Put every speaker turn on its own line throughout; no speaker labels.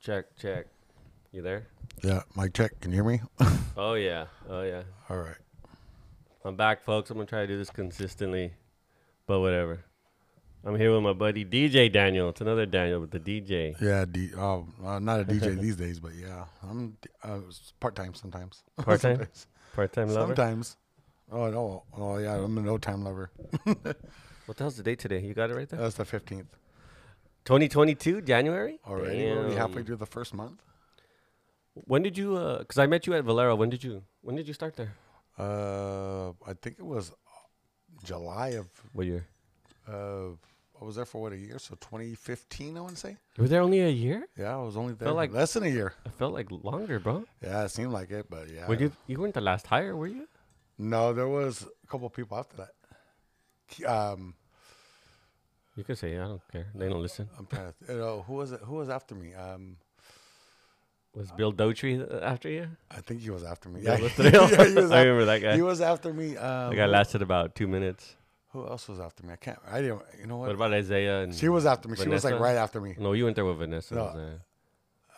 Check, check. You there?
Yeah, mic check. Can you hear me?
Oh yeah, oh yeah.
All right.
I'm back, folks. I'm gonna try to do this consistently, but whatever. I'm here with my buddy DJ Daniel. It's another Daniel with the DJ.
Yeah, D, oh, uh, not a DJ these days, but yeah, I'm uh, part time sometimes.
Part-time?
sometimes.
Part-time lover.
Sometimes. Oh no! Oh yeah, I'm an no time lover.
What the hell's the date today? You got it right there.
That's the fifteenth.
2022 January.
Already, we're already
Damn.
halfway through the first month.
When did you? uh 'cause I met you at Valero. When did you? When did you start there?
Uh, I think it was July of.
What year?
Uh, I was there for what a year, so 2015, I want to say.
You were there only a year?
Yeah, I was only there
like-
less than a year.
I felt like longer, bro.
Yeah, it seemed like it, but yeah.
Were you? You weren't the last hire, were you?
No, there was a couple people after that. K- Um,
You could say I don't care. They don't listen.
I'm trying to. You know, who was it? Who was after me? Um,
Was Bill Dotry after you?
I think he was after me.
Yeah,
yeah,
let's throw-
he was
I
after,
remember that guy.
he was after me. Um,
That guy lasted about two minutes.
who else was after me? I can't. I didn't. You know
What
what?
about Isaiah? And
She was after me. She was like
Vanessa?
right after me.
No, you went there with Vanessa.
No.
Isaiah.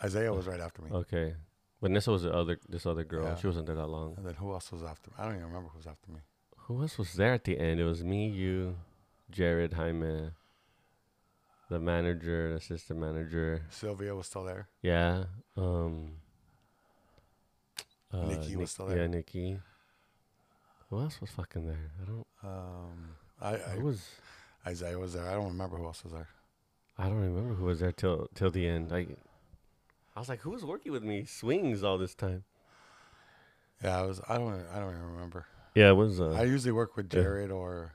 Isaiah was right after me.
Okay, Vanessa was the other this other girl.
Yeah.
She wasn't there that long.
And then who else was after me? I don't even remember who was after me.
Who else was there at the end? It was me, you, Jared, Jaime, the manager, the assistant manager.
Sylvia was still there.
Yeah. Um. uh,
Nikki was
Nick-
still there.
Yeah, Nikki. Who else was fucking there? I don't.
Um, I,
I
I
was.
Isaiah was there. I don't remember who else was there.
I don't remember who was there till till the end. I. I was like, who was working with me? Swings all this time.
Yeah, I was. I don't. I don't even remember.
Yeah, it was. Uh,
I usually work with
Yeah.
Jared or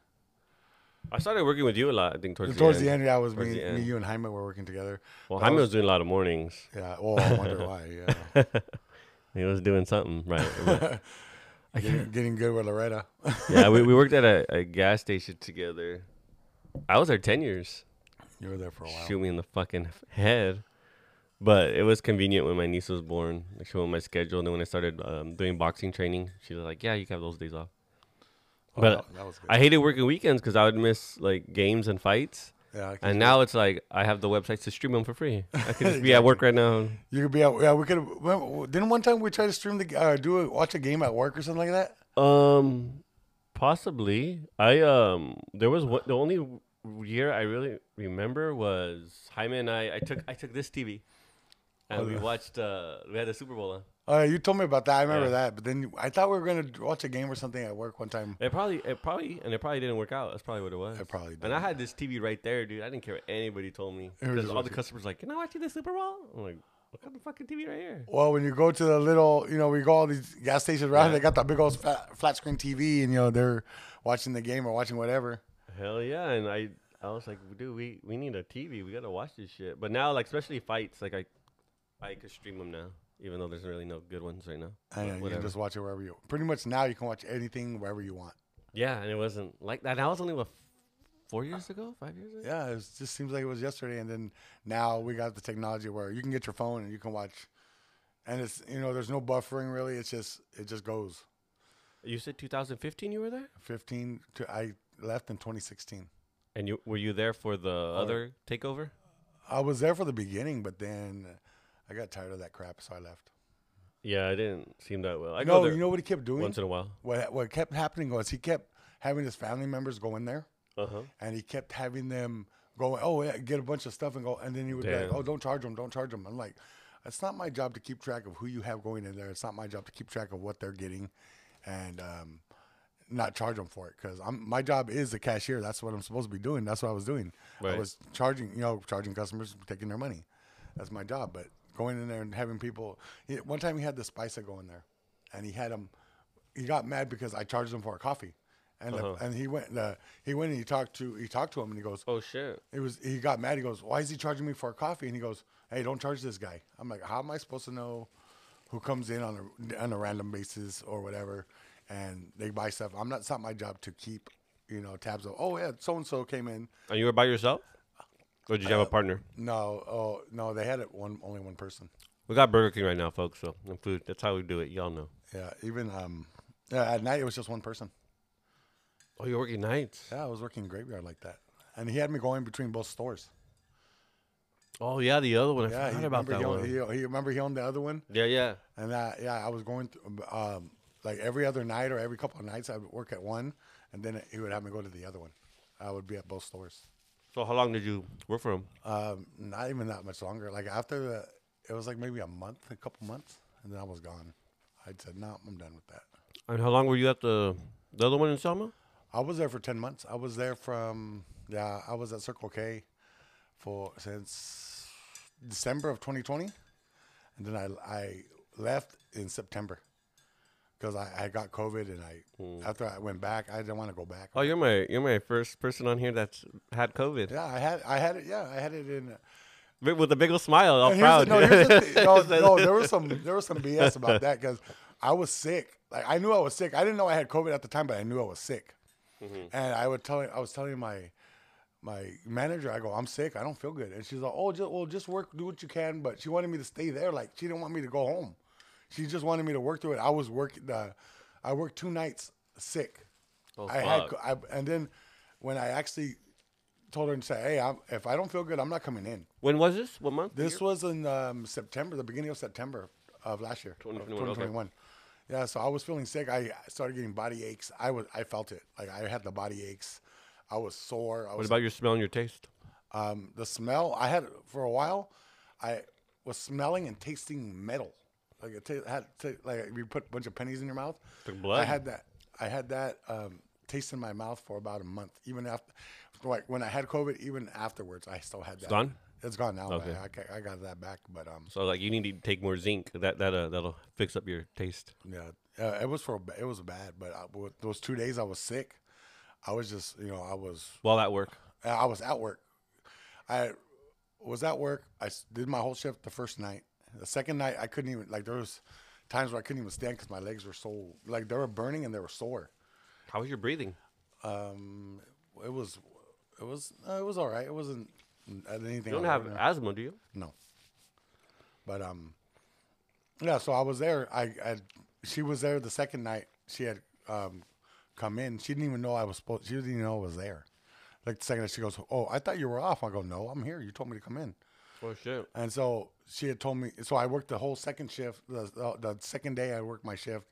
I started working with you a lot. I think towards,
towards
the, end.
yeah, it was
Towards
me,
the end.
me, you, and Jaime were working together.
Well,
That
Jaime was,
was-
doing a lot of mornings.
Yeah. Well, I wonder why. Yeah.
He was doing something right. But-
Getting, getting good with Loretta.
yeah, we, we worked at a, a gas station together. I was there ten years.
You were there for a while.
Shoot me in the fucking head. But it was convenient when my niece was born. Like she went on my schedule, and then when I started um, doing boxing training, she was like, "Yeah, you can have those days off."
Oh,
But
that, that was good.
I hated working weekends because I would miss like games and fights.
yeah. I can-
And now it's like I have the websites to stream them for free. I could just be at work right now.
you could be out. Yeah, we could. remember- Didn't one time we try to stream the uh, do a, watch a game at work or something like that?
Um, possibly. I um, there was one, the only year I really remember was Jaime and I. I took I took this TV, and we watched. Uh, we had the Super Bowl on.
Oh, yeah, you told me about that. I remember
Yeah.
that. But then you- I thought we were gonna watch a game or something at work one time.
It probably it probably and it probably didn't work out. That's probably what it was.
It probably
And I
didn't.
had this TV right there, dude. I didn't care what anybody told me
It was
because
just
all the
watching-
customers were like, "Can I watch you the Super Bowl?" I'm like, "Look at the fucking TV right here."
Well, when you go to the little, you know, we go all these gas stations around.
Yeah.
They got that big old flat, flat screen TV, and you know they're watching the game or watching whatever.
Hell yeah! And I I was like, dude, we we need a TV. We gotta watch this shit. But now, like, especially fights, like I I could stream them now, even though there's really no good ones right now.
And
But
you
whatever.
can just watch it wherever you. Pretty much now, you can watch anything wherever you want.
yeah, and it wasn't like that. That was only what four years ago, five years ago.
Yeah, it was, just seems like it was yesterday, and then now we got the technology where you can get your phone and you can watch, and it's you know there's no buffering really. It's just it just goes.
You said 2015 you were there,
15 to I left in 2016.
and you were you there for the other takeover?
I was there for the beginning, but then I got tired of that crap, so I left.
Yeah, I didn't seem that well. I go
no,
there
you know what he kept doing?
once in a while.
what what kept happening was he kept having his family members go in there,
Uh huh.
and he kept having them go, oh yeah, get a bunch of stuff and go, and then he would be like,
Damn.
oh, don't charge them, don't charge them. I'm like, it's not my job to keep track of who you have going in there. It's not my job to keep track of what they're getting, and um, not charge them for it because I'm my job is a cashier. That's what I'm supposed to be doing. That's what I was doing.
Right.
I was charging, you know, charging customers, taking their money. That's my job. But going in there and having people. he- One time he had the Spicer go in there, and he had him. He got mad because I charged him for a coffee, and the- and he went. The, he went and he talked to he talked to him, and he goes,
Oh shit.
it was he got mad. He goes, "Why is he charging me for a coffee?" And he goes, "Hey, don't charge this guy." I'm like, "How am I supposed to know who comes in on a on a random basis or whatever, and they buy stuff? I'm not. It's not my job to keep, you know, tabs of. Oh yeah, so and so came in.
And you were by yourself, Uh, or did you have a partner?
No, oh no, they had it one only one person.
We got Burger King right now, folks. So and food. That's how we do it. Y'all know.
Yeah, even um, yeah, at night it was just one person.
Oh, you're working nights.
Yeah, I was working graveyard like that, and he had me going between both stores.
Oh yeah, the other one. I
Yeah,
forgot about
remember
that
he
one.
owned, He, he remember he owned the other one,
Yeah, yeah.
and that yeah, I was going through, um, like every other night or every couple of nights. I would work at one, and then he would have me go to the other one. I would be at both stores.
So how long did you work for him?
Um, not even that much longer. Like after the, it was like maybe a month, a couple months, and then I was gone. I said, "No, I'm done with that."
And how long were you at the the other one in Selma?
I was there for ten months. I was there from yeah. I was at Circle K for since December of 2020, and then I I left in September because I, I got COVID and I after I went back I didn't want to go back.
Oh, you're my you're my first person on here that's had COVID
Yeah, I had I had it. Yeah, I had it in.
Bi- with a big old smile, all
And here's
proud.
the- no, here's the thing. No, no, there was some there was some BS about that because I was sick. Like I knew I was sick. I didn't know I had COVID at the time, but I knew I was sick.
Mm-hmm.
And I would tell I was telling my my manager, I go, I'm sick. I don't feel good. And she's like, Oh, just, well, just work, do what you can. But she wanted me to stay there. Like she didn't want me to go home. She just wanted me to work through it. I was working. Uh, I worked two nights sick.
Oh,
I had,
fuck.
co- I, and then when I actually told her and said, Hey, I'm, if I don't feel good, I'm not coming in.
when was this? What month?
This was in um, September, the beginning of September of last year, of
2021, okay.
2021. Yeah, so I was feeling sick. I started getting body aches. I was, I felt it. Like I had the body aches. I was sore. I
What
was
about your smell and your taste?
um, the smell. I had for a while. I was smelling and tasting metal. Like it ta- had ta- like you put a bunch of pennies in your mouth.
Like blood.
I had that. I had that um, taste in my mouth for about a month. Even after, like when I had COVID, even afterwards, I still had that.
gone?
It's gone now.
Okay.
man. I, ca- I got that back, but um,
So like you need to take more zinc. That that uh, that'll fix up your taste.
Yeah, uh, it was for a ba- it was bad, but I, with those two days I was sick. I was just you know I was
While at work.
I was at work. I was at work. I s- did my whole shift the first night. The second night I couldn't even like there was times where I couldn't even stand because my legs were so like they were burning and they were sore.
How was your breathing?
Um, it was it was uh, it was all right. It wasn't uh, anything.
You don't have
extraordinary.
asthma, do you?
No. But um, yeah. So I was there. I, I she was there the second night. She had um, come in. She didn't even know I was supposed. She didn't even know I was there. Like the second night, she goes, "Oh, I thought you were off." I go, "No, I'm here. You told me to come in."
Oh shit.
And so she had told me. So I worked the whole second shift. The, the, the second day I worked my shift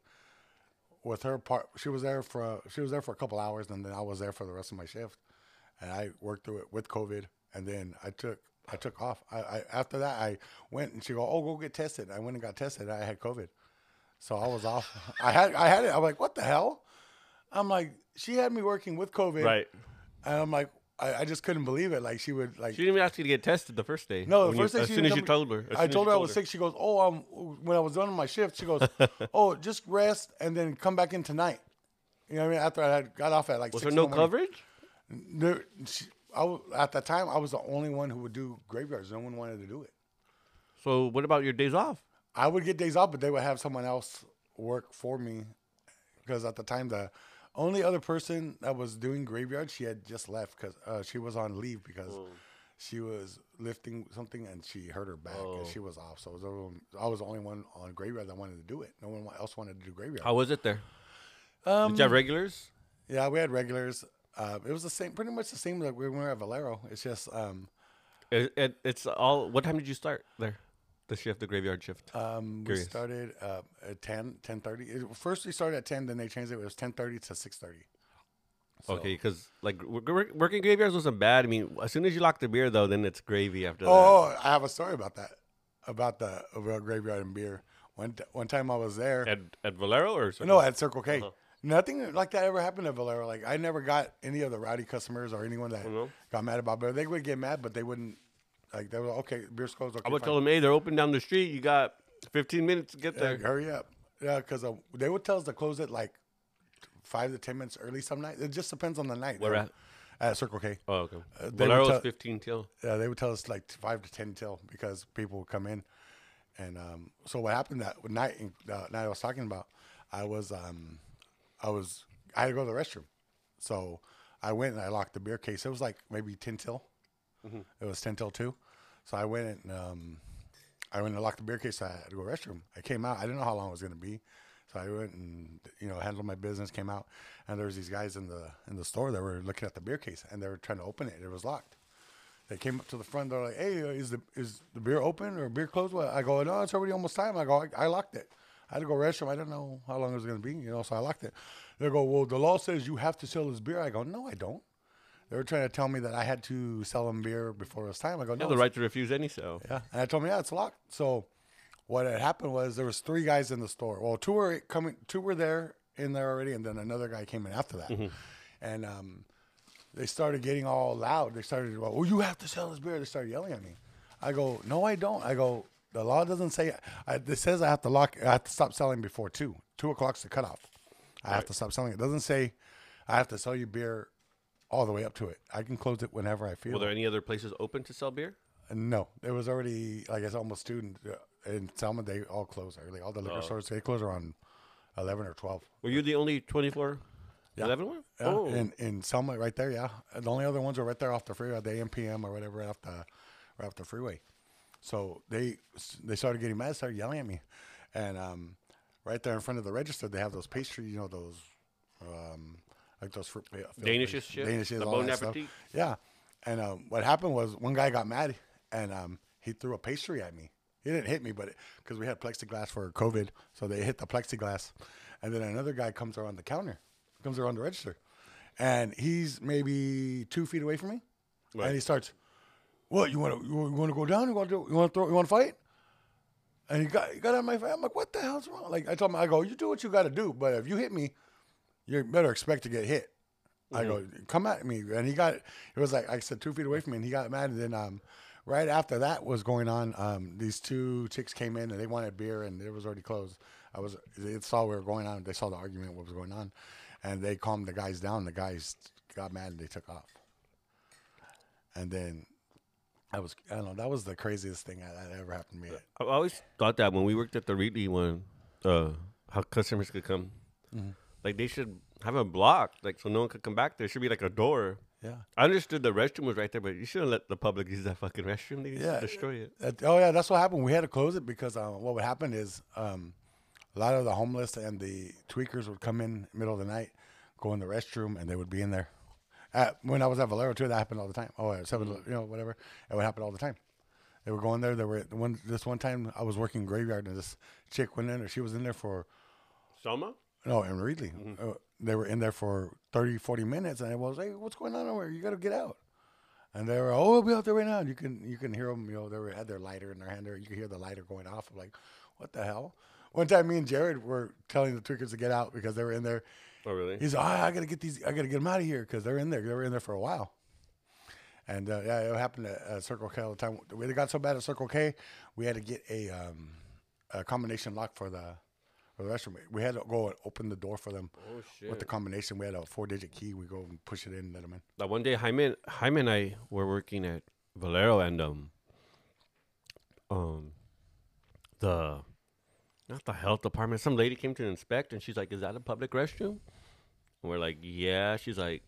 with her part. She was there for a- she was there for a couple hours, and then I was there for the rest of my shift. And I worked through it with COVID, and then I took I took off. I, I after that I went and she go, oh, go get tested. I went and got tested. I had COVID, so I was off. I had I had it. I'm like, what the hell? I'm like, she had me working with COVID,
Right.
And I'm like, I, I just couldn't believe it. Like she would like
She didn't even ask you to get tested the first day.
no,
when
the
you-
first thing
as
she
soon as you told
told me-
her. as
I
soon as
told
you
her I was sick. She goes, "Oh, um, when I was done with my shift, she goes, oh, just rest and then come back in tonight." You know what I mean? After I had got off at like
Was there
six in
no
the morning.
coverage?
There, she, I w at that time, I was the only one who would do graveyards. No one wanted to do it.
So what about your days off?
I would get days off, but they would have someone else work for me because at the time the only other person that was doing graveyard she had just left because uh, she was on leave because she was lifting something and she hurt her back and she was off. So it was the only- I was the only one on graveyard that wanted to do it. No one else wanted to do graveyard.
How was it there?
Um,
Did you have regulars?
yeah, we had regulars. Uh, it was the same, pretty much the same like we were at Valero. It's just um,
It, it, it's all. What time did you start there? The shift, the graveyard shift.
Um, we
Curious.
started uh, at 10, 10.30. It, first we started at 10, then they changed it. It was 10.30 to 6.30.
Okay, because like wor- wor- working graveyards wasn't bad. I mean, as soon as you lock the beer, though, then it's gravy after that.
Oh, I have a story about that, about the about graveyard and beer. One, t- one time I was there.
At, Uh-huh. at Valero or something?
no, at Circle K. Nothing like that ever happened at Valero. Like, I never got any of the rowdy customers or anyone that
no?
got mad about beer. They would get mad, but they wouldn't. Like, they were okay, beer's closed. Okay,
I would
fine.
tell them, hey, they're open down the street. You got 15 minutes to get there.
Like, hurry up. Yeah, because uh, they would tell us to close it like five to 10 minutes early some night. It just depends on the night.
Where
Like,
at?
At Circle K.
Oh, okay.
Uh, they would
Valero's
tell-
15 till.
Yeah, uh, they would tell us like five to ten till because people would come in, and um, so what happened that night? Uh, night I was talking about, I was, um, I was, I had to go to the restroom, so I went and I locked the beer case. It was like maybe ten till, it was ten till two, so I went and um, I went and locked the beer case. I had to go to the restroom. I came out. I didn't know how long it was gonna be, so I went and you know handled my business. Came out, and there was these guys in the in the store that were looking at the beer case and they were trying to open it. It was locked. They came up to the front. They're like, "Hey, uh, is the is the beer open or beer closed?" Well, I go, "No, it's already almost time." I go, "I, I locked it." I had to go restroom. I didn't know how long it was going to be, you know, so I locked it. They go, "Well, the law says you have to sell this beer." I go, "No, I don't." They were trying to tell me that I had to sell them beer before it was time. I go,
You
"No,
have the
it's
right to refuse any sale.
yeah. And I told him, yeah, it's locked. So what had happened was there was three guys in the store. Well, two were coming, two were there in there already, and then another guy came in after that. And um, they started getting all loud. They started, well, oh, you have to sell this beer. They started yelling at me. I go, no, I don't. I go, the law doesn't say. I, it says I have to lock. I have to stop selling before two. Two o'clock's the cutoff. I have to stop selling. It doesn't say I have to sell you beer all the way up to it. I can close it whenever I feel.
Were there any other places open to sell beer?
No, it was already like it's almost student uh, in Selma. They all close early. All the liquor stores they close around eleven or twelve.
Were you the only 24?
Yeah.
11 one?
Yeah,
Oh.
in in Selma right there. Yeah, the only other ones are right there off the freeway, the AMPM or whatever, right off the right off the freeway. So they they started getting mad, started yelling at me, and um, right there in front of the register, they have those pastry, you know, those um, like those fruit uh, filled
Danishes
pastry-
shit?
Danishes,
The
all
Bon
that stuff.
Appetit?
Yeah, and um, what happened was one guy got mad and um, he threw a pastry at me. He didn't hit me, but because we had plexiglass for COVID, so they hit the plexiglass, and then another guy comes around the counter, comes around the register, and he's maybe two feet away from me,
Right.
and he starts, "What you want to you want to go down? You want to you want to throw you want to fight?" And he got he got out of my face. I'm like, "What the hell's wrong?" Like I told him, I go, "You do what you got to do, but if you hit me, you better expect to get hit. I go, come at me. And he got, it was like, I said, two feet away from me, and he got mad. And then um, right after that was going on, um, these two chicks came in and they wanted beer, and it was already closed. I was, they saw we were going on, they saw the argument, what was going on, and they calmed the guys down. The guys got mad and they took off. And then I was, I don't know, that was the craziest thing that, that ever happened to me.
I always thought that when we worked at the Reedley one, uh, how customers could come. Like they should have a block, like so no one could come back. There should be like a door.
Yeah.
I understood the restroom was right there, but you shouldn't let the public use that fucking restroom. They
Yeah.
yeah. destroy it.
That- oh yeah, that's what happened. We had to close it because uh, what would happen is um, a lot of the homeless and the tweakers would come in middle of the night, go in the restroom, and they would be in there. At, when I was at Valero too, that happened all the time. Oh, at seven, you know, whatever, it would happen all the time. They were going there. They were the one. This one time, I was working graveyard, and this chick went in, or she was in there for
Selma?
no, in Reedley. Uh, they were in there for 30, 40 minutes, and it was, hey, what's going on over here? You got to get out. And they were, oh, we'll be out there right now. And you can you can hear them, you know, they were, had their lighter in their hand. There. You could hear the lighter going off. I'm like, what the hell? One time, me and Jared were telling the tweakers to get out because they were in there.
Oh really?
He's, ah, I got to get these, I got to get them out of here because they're in there. They were in there for a while. And uh, yeah, it happened at uh, Circle K all the time. We got so bad at Circle K, we had to get a, um, a combination lock for the for the restroom. We had to go and open the door for them
oh
with the combination. We had a four digit key. We go and push it in, let them in.
Like one day, Jaime, and- Jaime and I were working at Valero, and um, um, the not the health department. Some lady came to inspect, and she's like, "Is that a public restroom?" And we're like, "Yeah." She's like,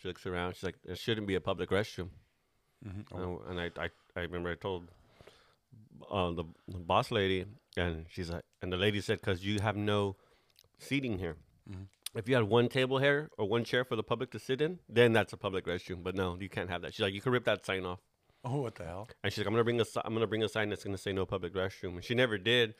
she looks around. She's like, "It shouldn't be a public restroom." And, and I, I, I remember I told uh, the, the boss lady, and she's like, and the lady said, "Cause you have no seating here." if you had one table here or one chair for the public to sit in, then that's a public restroom. But no, you can't have that. She's like, you can rip that sign off.
Oh, what the hell?
And she's like, I'm gonna bring a, si- I'm gonna bring a sign that's gonna say no public restroom. And she never did.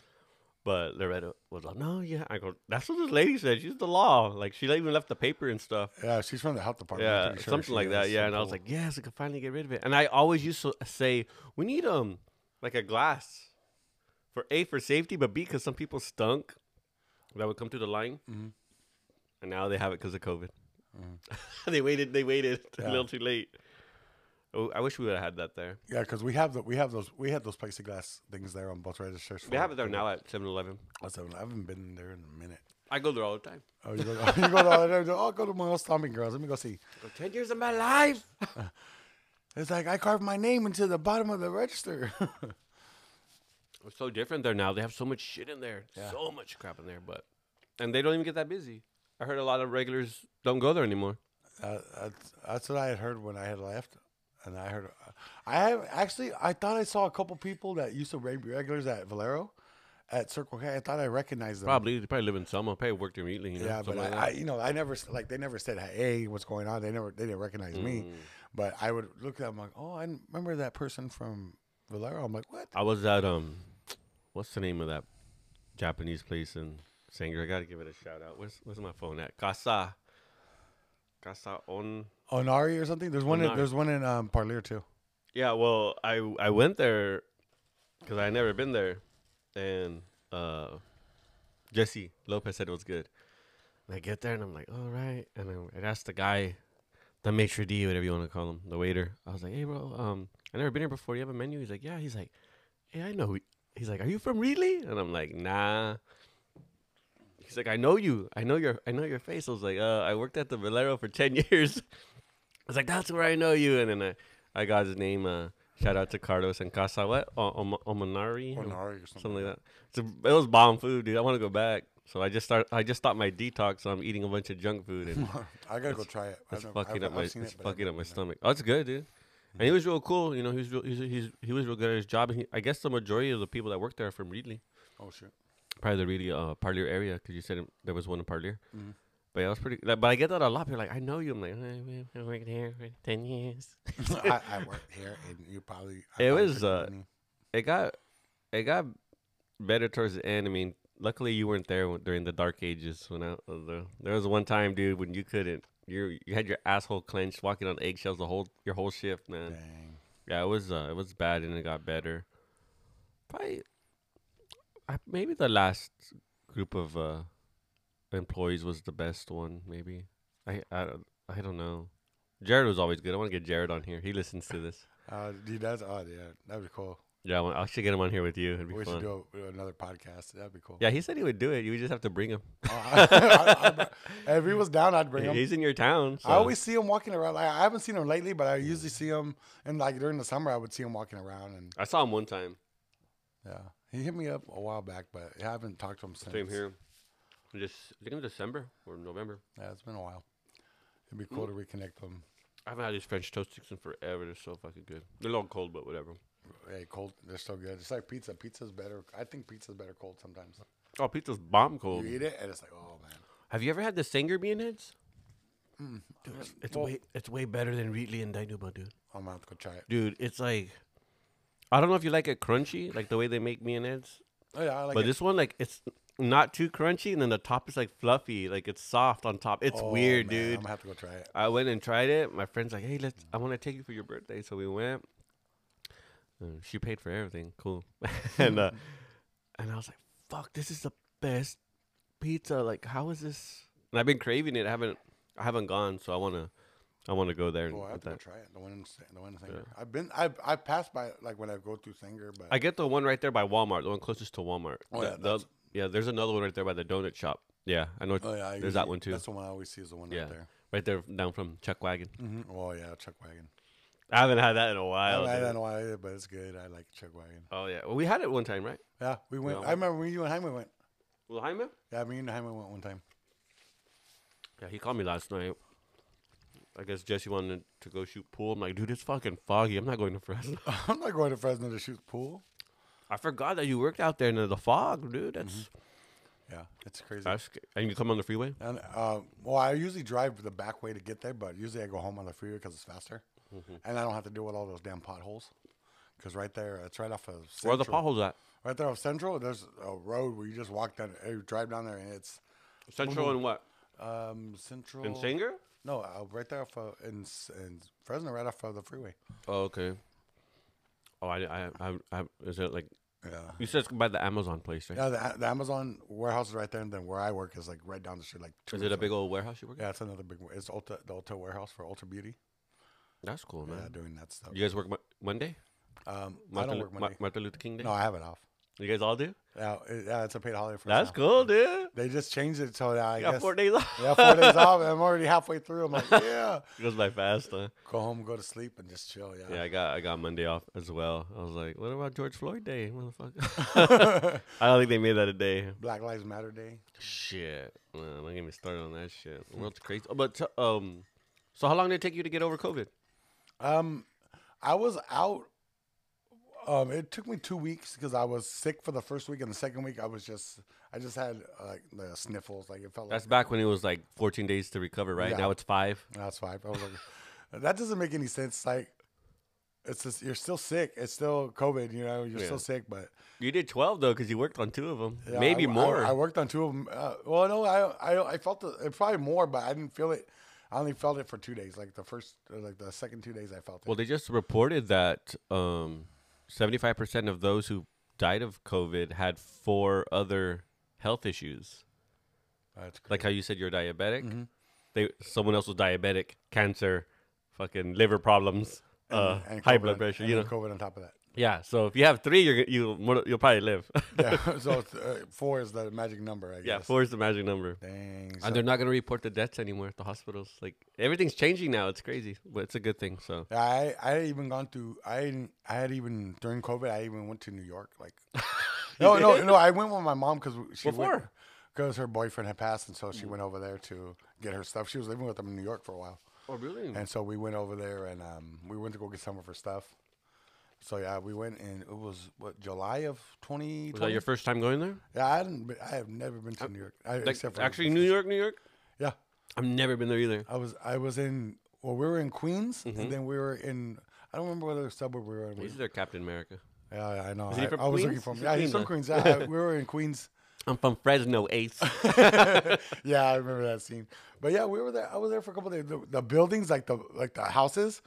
But Loretta was like, no, yeah. I go, that's what this lady said. She's the law. Like she even left the paper and stuff.
Yeah, she's from the health department. I'm
Yeah,
pretty sure she
something like that.
is.
Yeah, and I was like, yes, I could finally get rid of it. And I always used to say, we need um like a glass for a for safety, but b because some people stunk that would come through the line, and now they have it because of COVID. they waited. They waited a little too late. Oh, I wish we would have had that there.
yeah, because we have the, we have those we had those plexiglass things there on both registers.
They have it there now at 7-Eleven.
I said, I haven't been there in a minute.
I go there all the time.
Oh, you go, you go down there. Oh, go to my old stomping girls. Let me go see.
I go, Ten years of my life.
It's like I carved my name into the bottom of the register.
It's so different there now. They have so much shit in there, so much crap in there, but and they don't even get that busy. I heard a lot of regulars don't go there anymore.
Uh, that's, that's what I had heard when I had left, and I heard I have actually I thought I saw a couple people that used to be regulars at Valero, at Circle K. I thought I recognized them.
Probably. They probably live in Selma. Probably worked there immediately. You know,
Yeah,
something
but
like
I, I, you know, I never s- like they never said, "Hey, what's going on?" They never, they didn't recognize me.
Mm.
But I would look at them like, "Oh, I remember that person from Valero." I'm like, "What?"
I was at um, what's the name of that Japanese place in Sanger? I gotta give it a shout out. Where's where's my phone at? Casa, Casa on.
Onari or something. There's one. In,
Onari.
there's one in um, Parlier too.
Yeah, well, I I went there because I had never been there, and uh, Jesse Lopez said it was good. And I get there and I'm like, all right. And I, I asked the guy, the maitre d, whatever you want to call him, the waiter. I was like, hey, bro, um, I never been here before. Do you have a menu? He's like, yeah. He's like, hey, I know. who y-" He's like, are you from Reedley? And I'm like, nah. He's like, I know you. I know your. I know your face. I was like, uh, I worked at the Valero for ten years. I was like, that's where I know you. And then I, I got his name. Uh, shout out to Carlos and Casa. What? O- Om- Omanari?
Onari or something.
Something like that. So it was bomb food, dude. I want to go back. So I just start. I just stopped my detox. So I'm eating a bunch of junk food, and
I gotta go try it.
it's
I've never-
fucking
I've-
up my.
I've seen
It's
it, but I've
fucking up my
never been
stomach. Oh, it's good, dude. And he was real cool. You know, he was real. He's, he's he was real good at his job. And he, I guess the majority of the people that work there are from Reedley
there. Oh shit.
probably the really uh Parlier area because you said there was one in Parlier.
Mm-hmm.
But yeah, I was pretty. Like, but I get that a lot. People are like, I know you. I'm like, I worked here for ten years.
I, I worked here, and you probably. I
It
probably
was,
took
uh,
money.
It got, it got better towards the end. I mean, luckily you weren't there when, during the dark ages when I was there. There was one time, dude, when you couldn't. You you had your asshole clenched, walking on eggshells the whole your whole shift, man.
Dang.
Yeah, it was uh, it was bad, and it got better. Probably, I, maybe the last group of uh, employees was the best one. Maybe I I don't I don't know. Jared was always good. I want to get Jared on here. He listens to this.
Uh, dude, that's odd. Yeah, that'd be cool.
Yeah, I, want, I should get him on here with you. It'd be
We
fun.
should do a, another podcast. That'd be cool.
Yeah, he said he would do it. You would just have to bring him.
Oh, I- I- if he was down, I'd bring him.
He's in your town. So.
I always see him walking around. Like, I haven't seen him lately, but I usually see him, and like during the summer, I would see him walking around, and
I saw him one time.
yeah, he hit me up a while back, but I haven't talked to him since.
Same here. Just I think in December or November.
Yeah, it's been a while. It'd be cool
Mm.
to reconnect with him.
I haven't had these French toast sticks in forever. They're so fucking good. They're a little cold, but whatever.
Hey, cold, they're so good. It's like pizza. Pizza's better. I think pizza's better cold sometimes.
Oh, pizza's bomb cold.
You eat it, and it's like, oh man.
Have you ever had the Sanger bean heads? Mm, Dude, it's it's
well-
way it's way better than Wheatley and Dainuba, dude.
I'm gonna have to go try it.
Dude, it's like I don't know if you like it crunchy, like the way they make bean heads,
Oh yeah, I like
but
it.
this one like it's not too crunchy, and then the top is like fluffy, like it's soft on top. It's
Oh,
weird,
man, I'm
dude.
gonna have to go try it.
I went and tried it. My friend's like, "Hey, let's. I want to take you for your birthday." So we went. Uh, she paid for everything. Cool. and uh, and I was like, "Fuck, this is the best pizza. Like, how is this?" And I've been craving it. I haven't. I haven't gone, so I wanna. I wanna go there. And
Oh, I
get
have to go
that.
try it. The one, in, Sa- the one in Sanger. I've been, I've, I passed by it, like when I go through Sanger, but
I get the one right there by Walmart. The one closest to Walmart.
Oh,
The-
yeah,
the-
that's-
yeah. There's another one right there by the donut shop. Yeah, I know.
oh yeah, I
there's that
usually-
one too.
That's the one I always see is the one
Yeah,
right there.
right there down from Chuck Wagon.
hmm Oh yeah, Chuck Wagon.
I haven't had that in a
I
while.
don't, I
dude.
don't know why, but it's good. I like Chuck Wagon.
Oh yeah. Well, we had it one time, right?
Yeah, we went.
Yeah.
I remember when you and Jaime went.
Well, Jaime?
Yeah, me and Jaime went one time.
Yeah, he called me last night. I guess Jesse wanted to go shoot pool. I'm like, dude, it's fucking foggy. I'm not going to Fresno.
I'm not going to Fresno to shoot pool.
I forgot that you worked out there in the fog, dude. That's,
Yeah, it's crazy.
that's sc- and you come on the freeway.
and uh, well, I usually drive the back way to get there, but usually I go home on the freeway because it's faster,
Mm-hmm.
and I don't have to deal with all those damn potholes. Because right there, it's right off of
Where are the
Central.
potholes at?
Right there off Central, there's a road where you just walk down, uh, you drive down there, and it's Mm-hmm.
Central and what?
um, Central.
In Sanger?
No, uh, right there off of, in, S- in Fresno, right off of the freeway.
Oh, okay. Oh, I, I, I, I, is it like,
Yeah.
you said it's by the Amazon place, right?
Yeah, the, the Amazon warehouse is right there, and then where I work is like right down the street, like. two
Is it a
minutes
big old warehouse you work at?
Yeah, it's another big one. It's Ulta, the Ulta warehouse for Ulta Beauty.
That's cool, man.
Yeah, doing that stuff.
You guys work Mo- Monday?
Um, I
Martin
don't
Lu-
work
Ma-
Monday.
Martin Luther King Day?
No, I have it off.
You guys all do?
Yeah, it, yeah, it's a paid holiday for us
That's
now.
cool, dude.
They just changed it so that I
You got
guess.
four days off.
yeah, four days off. and I'm already halfway through. I'm like, yeah,
Goes by fast, huh?
go home, go to sleep, and just chill.
Yeah,
Yeah.
I got I got Monday off as well. I was like, what about George Floyd Day, motherfucker? I don't think they made that a day.
Black Lives Matter Day.
Shit, man, don't get me started on that shit. The world's crazy. Oh, but t- um, so how long did it take you to get over COVID?
Um, I was out Um, it took me two weeks because I was sick for the first week, and the second week I was just, I just had uh, like the sniffles, like it felt
That's
like
back when it was like 14 days to recover, right?
Yeah.
Now it's five.
that's five. I was like, that doesn't make any sense. Like, it's just you're still sick. It's still COVID. You know, you're
Yeah.
still sick, but
You did 12 though, because you worked on two of them,
Yeah,
maybe
I- I-
more.
I, worked on two of them. Uh, well, no, I I, I felt it, probably more, but I didn't feel it. I only felt it for two days. Like the first, or like the second two days, I felt it.
well, they just reported that um, 75% of those who died of COVID had four other health issues.
That's crazy.
Like how you said you're diabetic.
Mm-hmm.
They someone else was diabetic, cancer, fucking liver problems, uh,
And
high
COVID
blood
on-
pressure.
and
You know,
then COVID on top of that.
yeah. So if you have three, you're g- you'll more- you'll probably live.
Yeah. so it's, uh, four is the magic number, I guess.
yeah, four is the magic number.
Dang. so-
And they're not gonna report the deaths anymore at the hospitals. Like everything's changing now. It's crazy, but it's a good thing. So
Yeah, I I had even gone through I hadn't- I had even during COVID I even went to New York like no no no I went with my mom because she
What for?
because her boyfriend had passed and so she
Mm.
went over there to get her stuff she was living with them in New York for a while
oh really?
and so we went over there and um, we went to go get some of her stuff so yeah we went and it was what July of twenty
Was that your first time going there?
yeah I hadn't been, I have never been to New York I,
Like,
except for
actually, New York, New York.
yeah
I've never been there either.
I was I was in well we were in Queens
Mm-hmm.
and then we were in I don't remember what other suburb we were in.
He's there, Captain America.
Yeah, I I know.
he
I,
from
I was looking
Queens?
for
He's from
him. Yeah, he's
Queens,
from
huh?
Queens. Yeah, I- we were in Queens.
I'm from Fresno, Ace.
Yeah, I remember that scene. But yeah, we were there. I was there for a couple days. The, the buildings, like the like the houses,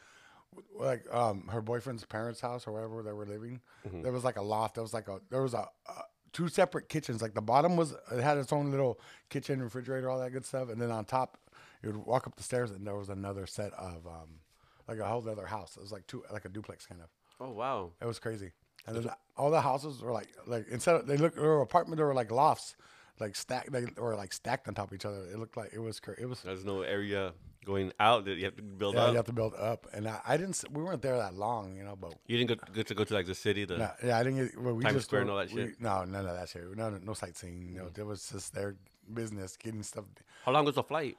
w- like um her boyfriend's parents' house or wherever they were living. There was like a loft. There was like a there was a, a two separate kitchens. Like the bottom was it had its own little kitchen, refrigerator, all that good stuff. And then on top, you would walk up the stairs and there was another set of um like a whole other house. It was like two like a duplex kind of.
oh wow.
It was crazy. And then all the houses were like like instead of they look or apartment they were like lofts, like stacked they were like stacked on top of each other. It looked like it was cra- it was
There's no area going out that you have to build
yeah,
up.
you have to build up. And I, I didn't s- we weren't there that long, you know, but
You didn't get, get to go to like the city. The
yeah, yeah I didn't get well, we
Times
just
Square and
were-
all that
we-
shit. Mm.
No, none of that shit. No, no sightseeing. No, it was just their business getting stuff.
how long was the flight?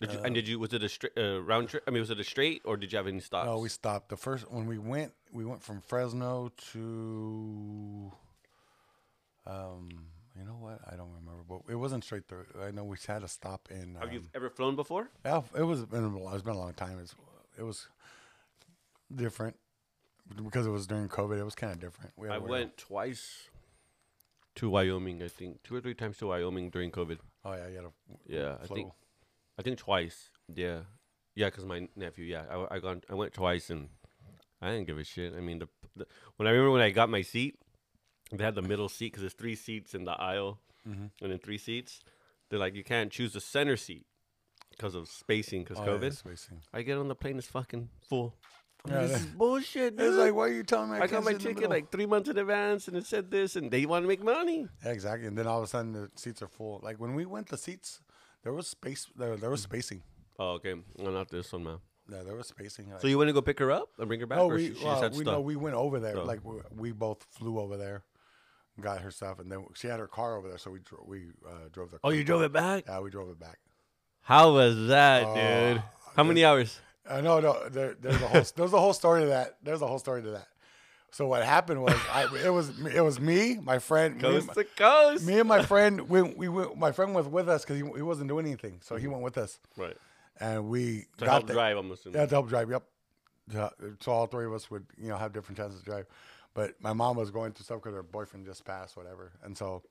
Did you, and did you was it a straight uh, round trip? I mean, was it a straight or did you have any stops?
No, Oh, we stopped. The first when we went, we went from Fresno to um you know what? I don't remember, but it wasn't straight through. I know we had a stop in.
have you
um,
ever flown before?
Yeah, it was been a lo- it's been a long time. It's it was different because it was during COVID. It was kind of different. We had
I
to wear-
went twice to Wyoming. I think two or three times to Wyoming during COVID.
Oh yeah, you had a,
Yeah, I
Flew.
think I think twice. Yeah, yeah, because my nephew. Yeah, I, I gone. I went twice and I didn't give a shit. I mean, the, the when I remember when I got my seat, they had the middle seat because there's three seats in the aisle,
Mm-hmm.
and then three seats. They're like you can't choose the center seat because of spacing because
oh, yeah,
COVID.
spacing.
I get on the plane, it's fucking full. I'm like,
Yeah,
this
they-
is bullshit.
It's
dude.
like, why are you telling me I,
I got
can't
my
sit in the
ticket
middle?
like three months in advance, and it said this, and they want to make money.
Yeah, exactly. And then all of a sudden the seats are full. Like when we went, the seats there was space. There, there was spacing.
Oh, okay. Well, not this one, man.
Yeah, there was spacing. Like,
So you want to go pick her up and bring her back,
Oh,
or
we,
she, she
well,
just had
we
stuff?
know we went over there.
Oh.
Like we, we both flew over there, got her stuff, and then she had her car over there. So we dro- we uh, drove the.
Oh,
car.
you drove it back?
Yeah, we drove it back.
How was that,
Oh,
dude? How many hours?
Uh, no, no. There, there's a whole there's a whole story to that. There's a whole story to that. So what happened was I it was it was me, my friend, me, and
Coast
my-
to coast.
me and my friend. We, we went, my friend was with us because he, he wasn't doing anything, so he went with us,
right.
and we
Mm-hmm. To
got
help
there.
drive, I'm assuming.
Yeah, to help drive. Yep. Yeah, So all three of us would you know have different chances to drive, but my mom was going through stuff because her boyfriend just passed, whatever, and so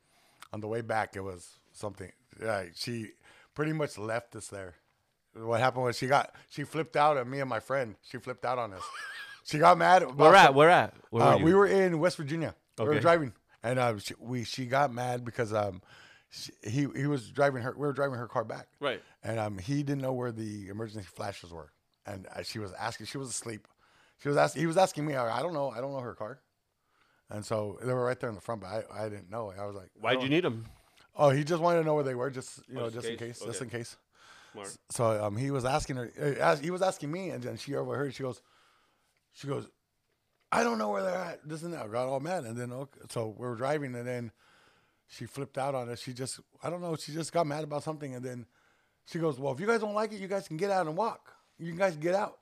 on the way back it was something. Yeah, she pretty much left us there. What happened was she got she flipped out at me and my friend. She flipped out on us. She got mad. About
Where at?
some-
Where at? Where
uh,
were you?
we were in West Virginia. We
Okay.
were driving, and uh, she, we she got mad because um, she, he he was driving her. We were driving her car back,
Right.
And um, he didn't know where the emergency flashes were, and uh, she was asking. She was asleep. She was asking. He was asking me. I don't know. I don't know her car, and so they were right there in the front, but I, I didn't know. I was like,
Why'd
oh.
you need them?
Oh, he just wanted to know where they were, just you know,
just in
just in
case?
case, just
Okay.
in case.
Smart.
So um, he was asking her. uh, ask- He was asking me, and then she overheard. She goes, she goes, I don't know where they're at. This and that. Got all mad, and then okay, so we were driving, and then she flipped out on us. She just, I don't know. She just got mad about something, and then she goes, "Well, if you guys don't like it, you guys can get out and walk. You guys can get out."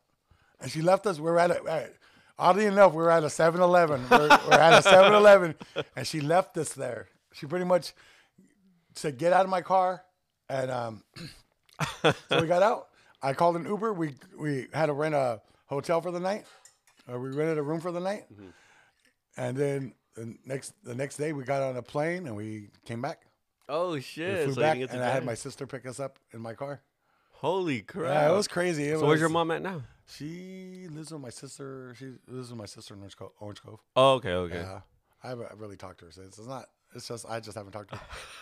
And she left us. We're at, a, at Oddly enough, we were at a 7 Eleven. We're, we're at a 7 Eleven, and she left us there. She pretty much said, Get out of my car. And um, so we got out. I called an Uber. We we had to rent a hotel for the night. Uh, we rented a room for the night.
Mm-hmm.
And then the next the next day, we got on a plane and we came back.
Oh
We
shit!
flew
so you
back,
didn't get to
and I had
drive.
my sister pick us up in my car.
holy crap.
Yeah, it was crazy. It
so
was,
where's your mom at now?
She lives with my sister. She lives with my sister in Orange Cove. Orange Cove.
Oh, okay, okay.
Yeah, I haven't really talked to her since. It's not. It's just I just haven't talked to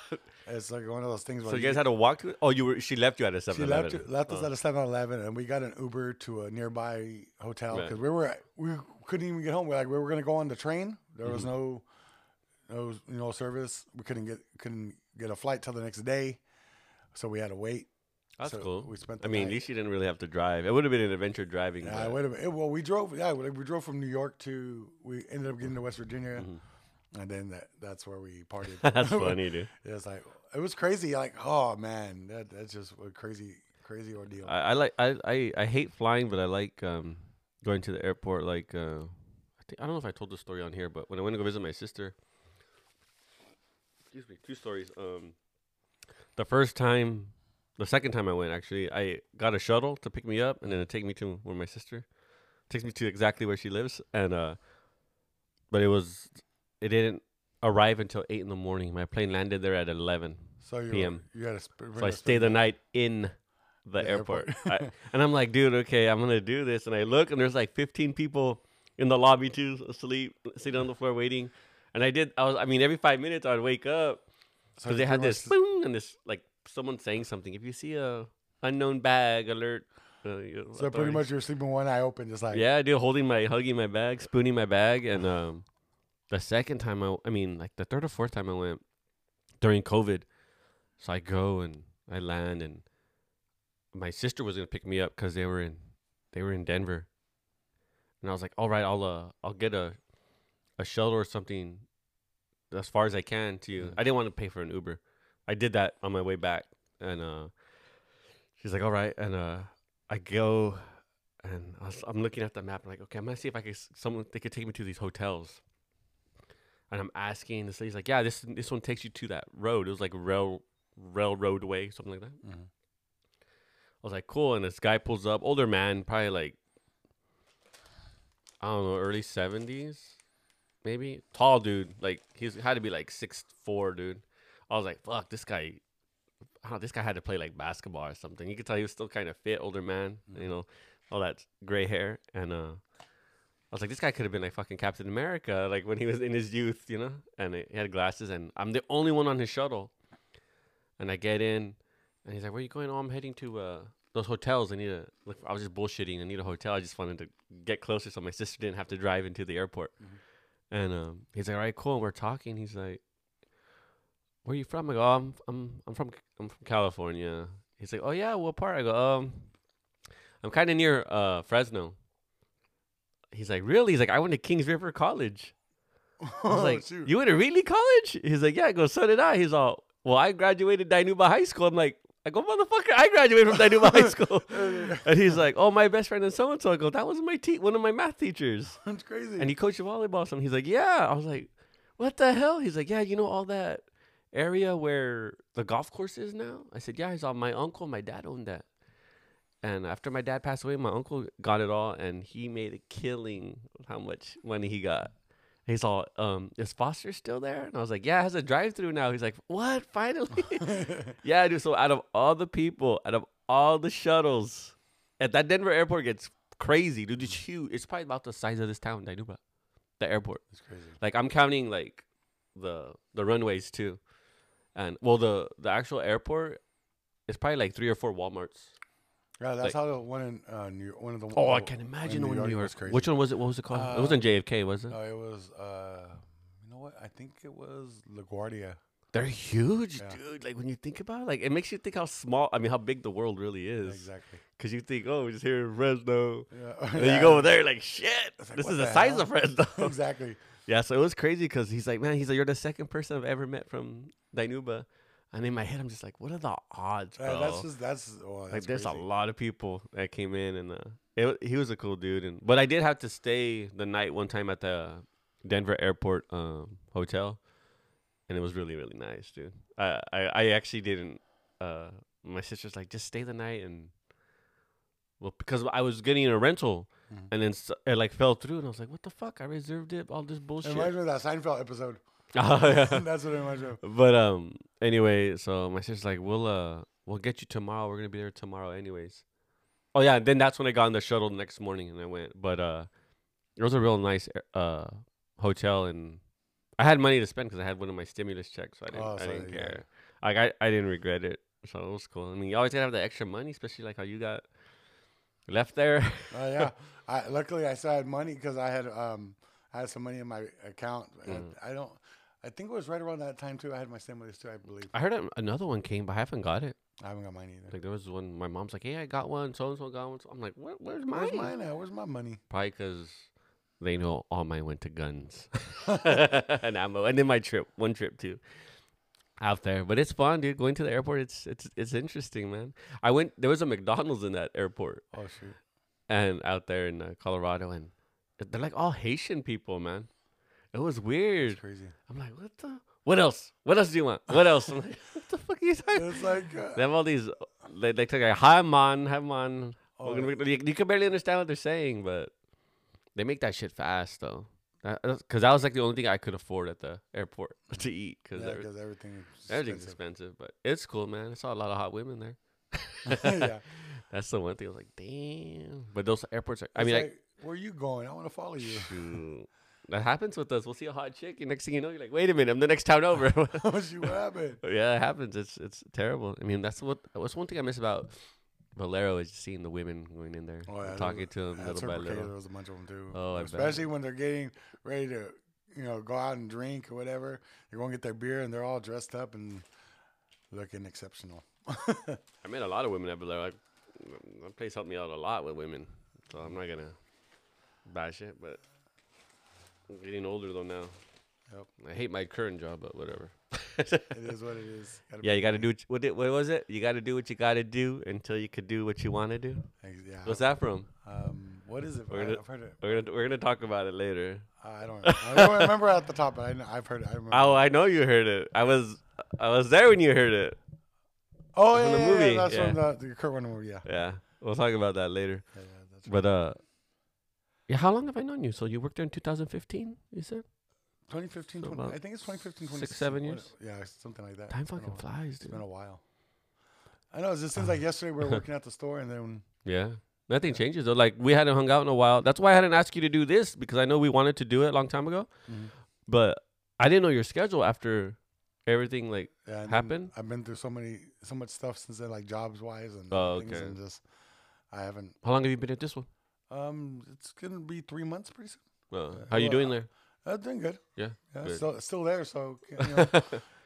her. it's like one of those things. Where
So you guys had to walk to it? Oh, you were. She left you at a Oh.
she
seven.
left left us at a 7-Eleven, and we got an Uber to a nearby hotel
Right.
because we were we couldn't even get home. We're like we were gonna go on the train. There was no
Mm-hmm.
no no service. We couldn't get couldn't get a flight till the next day, so we had to wait.
That's
so
cool.
we spent
I
the
mean, at
night.
least you didn't really have to drive. It would have been an adventure driving.
Yeah,
but-
wait a minute. Well, we drove. Yeah, we we drove from New York to. We ended up getting to West Virginia, and then that that's where we partied.
Mm-hmm. That's funny, dude.
It was like it was crazy. Like oh man, that that's just a crazy crazy ordeal.
I, I like. I, I I hate flying, but I like um going to the airport. Like, uh, I think I don't know if I told the story on here, but when I went to go visit my sister, excuse me, two stories. Um, the first time, the second time I went, actually, I got a shuttle to pick me up and then it take me to where my sister takes me to exactly where she lives, and uh, but it was it didn't arrive until eight in the morning. My plane landed there at eleven.
so you
PM.
you had a sp-
So I stay the night in the, airport.
airport.
I- and I'm like, dude, okay, I'm going to do this. And I look, and there's like 15 people in the lobby, too, asleep, sitting on the floor waiting. And I did, I was, I mean, every five minutes I'd wake up
So
because they
you
had
pretty
this,
much-
boom, and this, like, someone saying something. If you see a unknown bag alert, uh, you know,
So pretty
authorities.
much you're sleeping one eye open, just like
Yeah, dude, holding my, hugging my bag, spooning my bag, and um, the second time I, I mean, like the third or fourth time I went during COVID, so I go and I land, and my sister was gonna pick me up because they were in, they were in Denver, and I was like, all right, I'll uh, I'll get a, a shuttle or something, as far as I can to you. I didn't want to pay for an Uber, I did that on my way back, and uh, she's like, all right, and uh, I go and I was, I'm looking at the map. I'm like, okay, I'm gonna see if I could s- someone they could take me to these hotels. And I'm asking this lady's like, yeah, this this one takes you to that road. It was like rail railroad way, something like that.
Mhm.
I was like, cool. And this guy pulls up, older man, probably like I don't know, early seventies, maybe. Tall dude, like he's had to be like six four, dude. I was like, fuck, this guy. Oh, this guy had to play like basketball or something. You could tell he was still kind of fit, older man. You know, all that gray hair and uh I was like, this guy could have been like fucking Captain America, like when he was in his youth, you know. And he had glasses, and I'm the only one on his shuttle. And I get in, and he's like, "Where you going?" Oh, I'm heading to uh, those hotels. I need a. Like, I was just bullshitting. I need a hotel. I just wanted to get closer, so my sister didn't have to drive into the airport. And um, he's like, "All right, cool." And we're talking. He's like, "Where you from?" I go, oh, "I'm I'm I'm from I'm from California." He's like, "Oh yeah, what part?" I go, "Um, I'm kind of near uh Fresno." He's like, "Really?" He's like, "I went to Kings River College." I was
Oh,
like,
shoot.
"You went to really college?" He's like, "Yeah." I go, "So did I." He's all, "Well, I graduated Dinuba High School." I'm like, "I go, motherfucker, I graduated from Dinuba High School." and he's like, "Oh, my best friend and so and so." I go, "That was my te- one of my math teachers."
it's crazy.
And he coached volleyball. Some. He's like, yeah. I was like, what the hell? He's like, yeah. You know all that area where the golf course is now? I said, yeah. He's all my uncle. My dad owned that. And after my dad passed away, my uncle got it all, and he made a killing with how much money he got. He's all, um, is Foster still there? And I was like, yeah, it has a drive-through now. He's like, what? Finally? yeah, dude. So out of all the people, out of all the shuttles, at that Denver airport gets crazy, dude. It's huge. It's probably about the size of this town, Dinuba, the airport.
it's crazy.
Like I'm counting like the the runways too, and well the the actual airport is probably like three or four WalMarts.
Yeah, that's
like-
how the one in uh, New York, one of the
Oh, I
the-
can
in
imagine the one in New
was
York.
crazy.
Which one was it? What was it called? it
Uh,
wasn't JFK, was it?
No, it was. Uh, you know what? I think it was LaGuardia.
They're huge,
Yeah.
dude. Like when you think about it, like it makes you think how small. I mean, how big the world really is.
Exactly.
Cause you think, oh, we're just here in Fresno.
Yeah.
And then you go over there, you're like, shit, this
what
is the,
the
size
hell?
of Fresno.
exactly.
Yeah, so it was crazy because he's like, man, he's like, you're the second person I've ever met from Dinuba. And in my head, I'm just like, what are the odds, bro?
Yeah, that's just that's, oh, that's
like, there's
crazy.
a lot of people that came in, and uh, it, wa- he was a cool dude. And but I did have to stay the night one time at the Denver Airport um, hotel, and it was really really nice, dude. I I, I actually didn't. Uh, my sister's like, just stay the night, and well, because I was getting a rental.
Mm-hmm.
And then s it like fell through, and I was like, "What the fuck? I reserved it. All this
It
bullshit."
reminds me of that Seinfeld episode.
Oh,
that's what it reminds me of.
But um, anyway, so my sister's like, "We'll uh, we'll get you tomorrow. We're gonna be there tomorrow, anyways." Oh yeah, then that's when I got on the shuttle the next morning and I went. But uh, it was a real nice uh hotel, and I had money to spend because I had one of my stimulus checks, so I didn't,
Oh,
I
so
didn't
yeah.
care. Like I, I didn't regret it, so it was cool. I mean, you always gotta have the extra money, especially like how you got left there.
Oh yeah. I, luckily, I still had money because I had um I had some money in my account. I- I, don't. I think it was right around that time too. I had my stimulus too. I believe.
I heard an- another one came, but I haven't got it.
I haven't got mine either.
Like there was one, my mom's like, "Hey, I got one. So and so got one." So I'm like, Where, "Where's mine?"
Where's mine at? Where's my money?
Probably because they know all mine went to guns and ammo, and then my trip, one trip too, out there. But it's fun, dude. Going to the airport, it's it's it's interesting, man. I went. There was a McDonald's in that airport,
Oh shoot.
and out there in uh, Colorado, and they're like all Haitian people, man. It was weird.
It's crazy.
I'm like, what the? What else? What else do you want? What else? I'm like, what the fuck are you talking?
It's like uh,
They have all these. They they talk like hi man, hi man.
Oh,
Welcome to- You, you can barely understand what they're saying, but they make that shit fast though. Because that was like the only thing I could afford at the airport to eat. Because
yeah, because everything is
everything's
expensive.
expensive, but it's cool, man. I saw a lot of hot women there.
yeah.
That's the one thing I was like, damn. But those airports are. I
It's
mean, like,
like, where are you going? I want to follow you.
shoot. that happens with us. We'll see a hot chick, and next thing you know, you're like, wait a minute, I'm the next town over.
What's you what happened?
yeah, it happens. It's it's terrible. I mean, that's what that's one thing I miss about Valero is seeing the women going in there,
Oh, yeah,
and
there
talking
was-
to them
at
little by
Circle K, There
little.
was a bunch of them too.
Oh, I bet.
especially when they're getting ready to, you know, go out and drink or whatever. They're going to get their beer and they're all dressed up and looking exceptional.
I met a lot of women at Valero. I, that place helped me out a lot with women, so I'm not gonna bash it. But I'm getting older though now.
Yep.
I hate my current job, but whatever.
It is what it is. Gotta
yeah,
be
you got to do what, you- what. did- What was it? You got to do what you got to do until you could do what you want to do.
things- Yeah.
What's that from?
Um, what is it? I,
We're gonna-
have heard it.
We're gonna we're gonna talk about it later.
I don't. I don't remember at the top, but I know, I've heard it. I remember.
Oh, I know you heard it. I was I was there when you heard it.
oh
from
yeah,
the
yeah,
movie,
yeah, that's
yeah.
from the, the Kurt Warner movie. Yeah.
Yeah, we'll talk about that later.
yeah, yeah that's
But uh, yeah, how long have I known you? So you worked there in 2015, you said.
2015.
so
20,
about
I think it's 2015.
six,
2016,
seven
what-
years?
Yeah, something like that.
Time
It's been a
fucking
while.
flies,
It's
dude.
been a while. I know. It just seems like yesterday we were working at the store, and then
Yeah, nothing changes though. Like we hadn't hung out in a while. That's why I hadn't asked you to do this because I know we wanted to do it a long time ago,
Mhm.
but I didn't know your schedule after everything. Like,
yeah, and then
Happen?
I've been through so many, so much stuff since then, like jobs wise and
Oh,
things,
okay.
and just I haven't.
how long have you been at this one?
Um, it's gonna be three months pretty soon.
Uh, how you
well,
doing
uh,
there?
I'm doing good.
Yeah,
Yeah,
good.
still still there. So you know,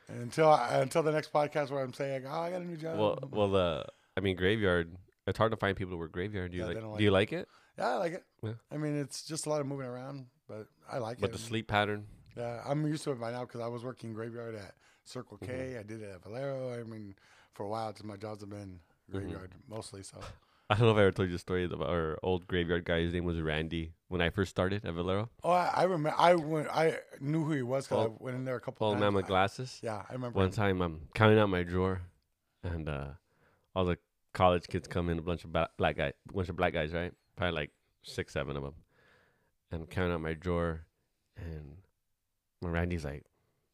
until I, until the next podcast where I'm saying, oh, I got a new job.
well, well, uh, I mean, graveyard. It's hard to find people to work graveyard. Do you
Yeah, they
like?
don't
Do you like it?
yeah, I like it.
Yeah.
I mean, it's just a lot of moving around, but I like
But
it.
the sleep pattern.
Yeah, Uh, I'm used to it by now because I was working graveyard at Circle K. I
Mm-hmm.
did it at Valero. I mean, for a while, just my jobs have been
Mm-hmm.
graveyard mostly. So
I don't know if I ever told you the story about our old graveyard guy. His name was Randy when I first started at Valero.
Oh, I, I remember. I went. I knew who he was because
Paul-
I went in there a couple
Paul
times.
Mama
I-
Glasses.
yeah, I remember.
One
him.
time I'm counting out my drawer and uh, all the college kids come in, a bunch of ba- black guys, bunch of black guys, right? Probably like six, seven of them. And counting out my drawer and my Randy's like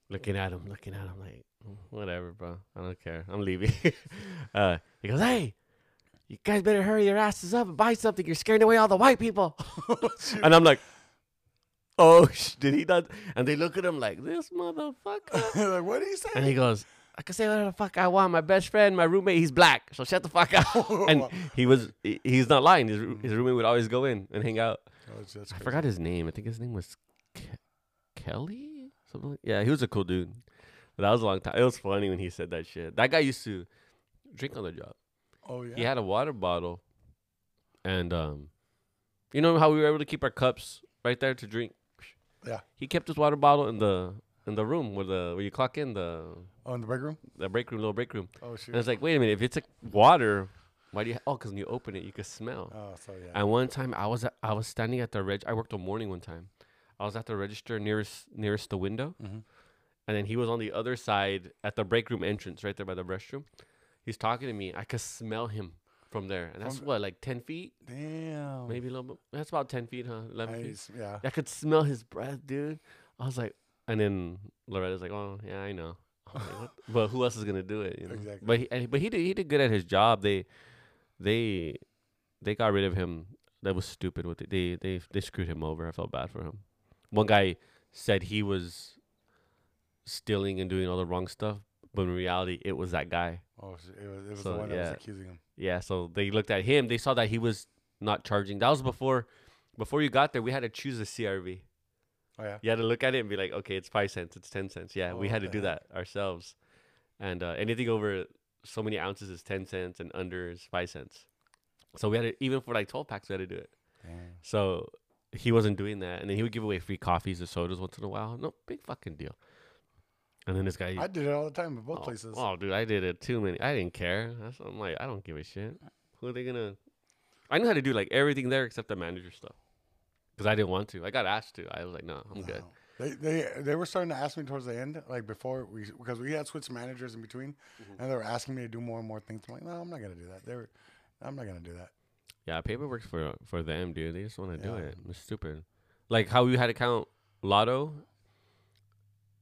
looking at him, looking at him like, "Mm, whatever, bro. I don't care. I'm leaving. uh, he goes, hey, you guys better hurry your asses up and buy something. You're scaring away all the white people. and I'm like, oh, sh- did he not? And they look at him like, this motherfucker.
like, what did he say?
And he goes, I can say whatever the fuck I want. My best friend, my roommate, he's black. So shut the fuck up.
Oh,
and he was, he- he's not lying. His, roo- his roommate would always go in and hang out.
Oh, it's- that's
I
crazy.
forgot his name. I think his name was Ke- Kelly? Something like Yeah, he was a cool dude. But that was a long time. It was funny when he said that shit. That guy used to drink on the job.
Oh yeah.
He had a water bottle. And, um, you know how we were able to keep our cups right there to drink?
Yeah.
He kept his water bottle in the in the room where the where you clock in the
Oh, in the break room?
the break room, little break room.
Oh,
And I
shoot.
was like, wait a minute, if it's like water, why do you? Ha- oh, because when you open it, you can smell.
Oh, so yeah.
And one time I was at, I was standing at the reg. I worked all morning one time. I was at the register nearest nearest the window,
Mhm.
and then he was on the other side at the break room entrance, right there by the restroom. He's talking to me. I could smell him from there, and that's
From-
what like ten feet,
Damn.
maybe a little bit. That's about ten feet, huh? Eleven feet.
Nice. Yeah.
I could smell his breath, dude. I was like, and then Loretta's like, oh yeah, I know. I was like, what? but who else is gonna do it? You know?
Exactly.
But he, and- but he did he did good at his job. They they they got rid of him. That was stupid. What they they they, they screwed him over. I felt bad for him. One guy said he was stealing and doing all the wrong stuff, but in reality, it was that guy.
Oh, sh- it was, it was
So,
the one that
yeah.
was accusing him.
Yeah, so they looked at him. They saw that he was not charging. That was before before you got there. We had to choose a CRV.
Oh, yeah.
You had to look at it and be like, okay, it's five cents, it's ten cents. Yeah, we
Oh,
had to
what
do
the
that ourselves. And uh, anything over so many ounces is ten cents, and under is five cents. So we had to even for like twelve packs, we had to do it.
Damn.
So he wasn't doing that, and then he would give away free coffees or sodas once in a while. No big fucking deal. And then this guy,
I did it all the time at both
oh,
places.
Oh, dude, I did it too many. I didn't care. That's, I'm like, I don't give a shit. Who are they gonna? I knew how to do like everything there except the manager stuff, because I didn't want to. I got asked to. I was like, no, I'm good.
No. They, they they were starting to ask me towards the end, like before we because we had switched managers in between,
Mm-hmm.
and they were asking me to do more and more things. I'm like, no, I'm not gonna do that. They were, I'm not gonna do that.
Yeah, paperwork's for for them, dude. They just want to do
Yeah.
it. It's stupid. Like how you had to count lotto.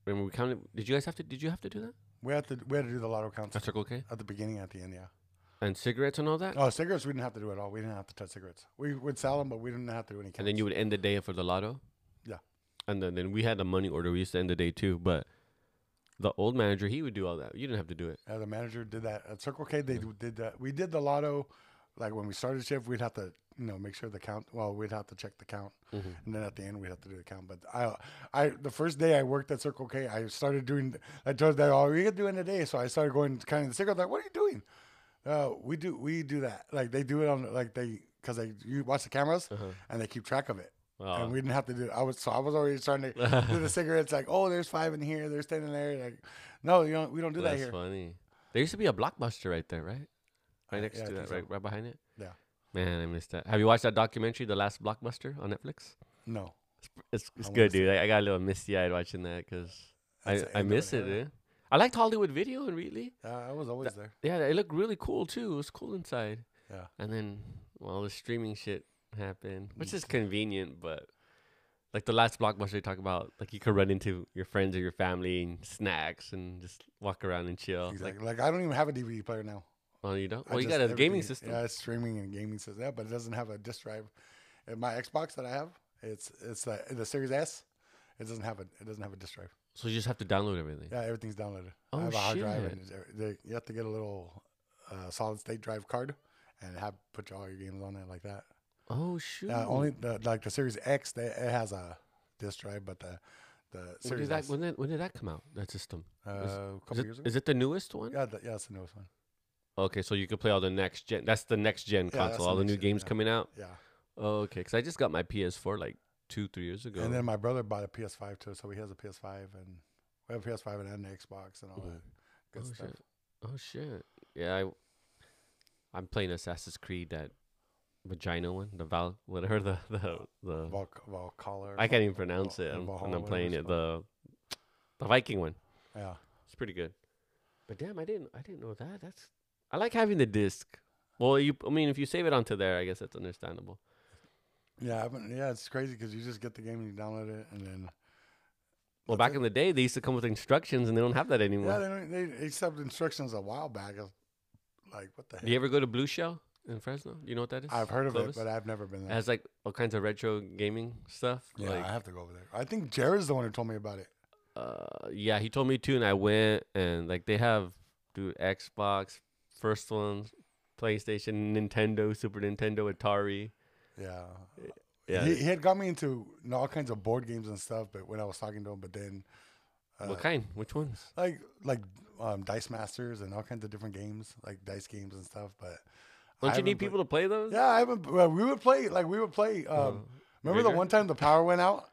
Remember we counted. Did you guys have to? Did you have to do that?
We had to we had to do the lotto counts
That's Circle K
at the beginning, at the end, yeah.
and cigarettes and all that.
Oh, cigarettes we didn't have to do at all. We didn't have to touch cigarettes. We would sell them, but we didn't have to do any counts.
And then you would end the day for the lotto.
Yeah.
And then, then we had the money order. We used to end the day too, but the old manager he would do all that. You didn't have to do it.
Uh, the manager did that at Circle K. They d- did that. We did the lotto, like when we started shift, we'd have to you know make sure the count. Well, we'd have to check the count, and then at the end we'd have to do the count. But I, I the first day I worked at Circle K, I started doing. I told them, "Oh, we could do it in a day." So I started going counting the cigarettes. Like, what are you doing? Uh, we do we do that. Like they do it on like they because they you watch the cameras
Uh-huh.
and they keep track of it.
Oh.
And we didn't have to do. I was so I was already starting to do the cigarettes. Like, oh, there's five in here. There's ten in there. Like, no, you don't. We don't do that
That's
here.
funny. There used to be a blockbuster right there, right? Right next
Uh, yeah, I
to
think
that,
so.
right, right behind it.
Yeah.
Man, I missed that. Have you watched that documentary, The Last Blockbuster, on Netflix?
No.
It's, it's
wanna
good,
see
dude. I, I got a little misty eyed watching that because I,
That's an
I
indoor
miss it,
area.
dude. I liked Hollywood video and really,
Uh, I was always there.
yeah, it looked really cool too. It was cool inside.
Yeah.
And then well, all the streaming shit happened, which is convenient, but like the last blockbuster they talk about, like you could run into your friends or your family and snacks and just walk around and chill. Like,
Exactly. Like, I don't even have a DVD player now.
oh, you don't?
I
Well, you
just-
got a gaming
everything-
system.
Yeah, it's streaming and gaming system. Yeah, but it doesn't have a disc drive. And my Xbox that I have, it's it's the, the Series S. It doesn't have a it doesn't have a disc drive.
So you just have to download everything.
Yeah, everything's downloaded.
Oh,
I have a hard drive,
shit.
and it's every- they, you have to get a little uh, solid state drive card and have put all your games on it like that.
Oh shoot.
Yeah, only the like the Series X, they, it has a disc drive, but the the
when did
Series
that
S,
when did when did that come out? That system.
uh,
is-
a
Is
couple
it,
years ago.
is it the newest one?
Yeah, the, yeah, it's the newest one.
Okay, so you can play all the next gen. That's the next gen
that's
console.
the
all the
next
new
gen,
games
yeah.
coming out.
Yeah.
Oh, okay, because I just got my PS4 like two, three years ago.
And then my brother bought a PS5 too, so he has a PS5 and we have a PS5 and an Xbox and all that good
oh
stuff.
shit! Oh shit! Yeah, I, I'm playing Assassin's Creed that vagina one, the Val, whatever the the the.
Vol- Uh, Valhalla. or
I can't
something.
even pronounce
Val-
it. I'm, and
Valhalla,
I'm
whatever
playing
it's
it the, the Viking one.
called. Yeah.
It's pretty good. But damn, I didn't I didn't know that. That's I like having the disc. Well, you I mean, if you save it onto there, I guess that's understandable.
Yeah, I've been, yeah, it's crazy because you just get the game and you download it, and then
Well,
That's
back in the day, they used to come with instructions, and they don't have that anymore.
yeah, they don't, they accept instructions a while back. It's Like what the
Do you
heck?
ever go to Blue Shell in Fresno? You know what that is?
I've heard of
Clovis?
it, but I've never been
It
there.
has like all kinds of retro gaming stuff.
yeah,
like,
I have to go over there. I think Jared's the one who told me about it.
uh, yeah, he told me to, and I went, and like they have, dude, Xbox, first ones, PlayStation, Nintendo, Super Nintendo, Atari.
Yeah.
Yeah,
He, he had got me into you know, all kinds of board games and stuff, but when I was talking to him, but then
what kind? Which ones?
like like um, Dice Masters and all kinds of different games, like dice games and stuff. But
Don't
I
you need
haven't pla-
people to play those?
yeah, I haven't. Well, we would play like we would play. Um, remember the
Vigor?
one time the power went out?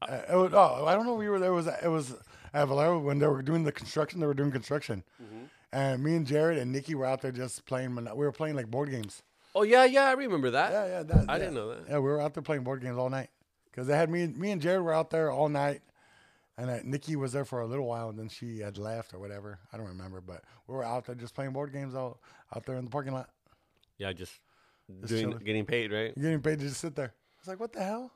Uh, it was, oh, I don't know if you were there. It was it was at Valero when they were doing the construction. They were doing construction,
Mm-hmm.
and me and Jared and Nikki were out there just playing. Mon- We were playing like board games.
Oh yeah, yeah, I remember that.
Yeah, yeah. That,
I
yeah.
didn't know that.
Yeah, we were out there playing board games all night because they had me. Me and Jared were out there all night, and uh, Nikki was there for a little while, and then she had left or whatever. I don't remember, but we were out there just playing board games all out there in the parking lot.
Yeah, just doing
chilling.
getting paid, right?
You're getting paid to just sit there. It's like what the hell?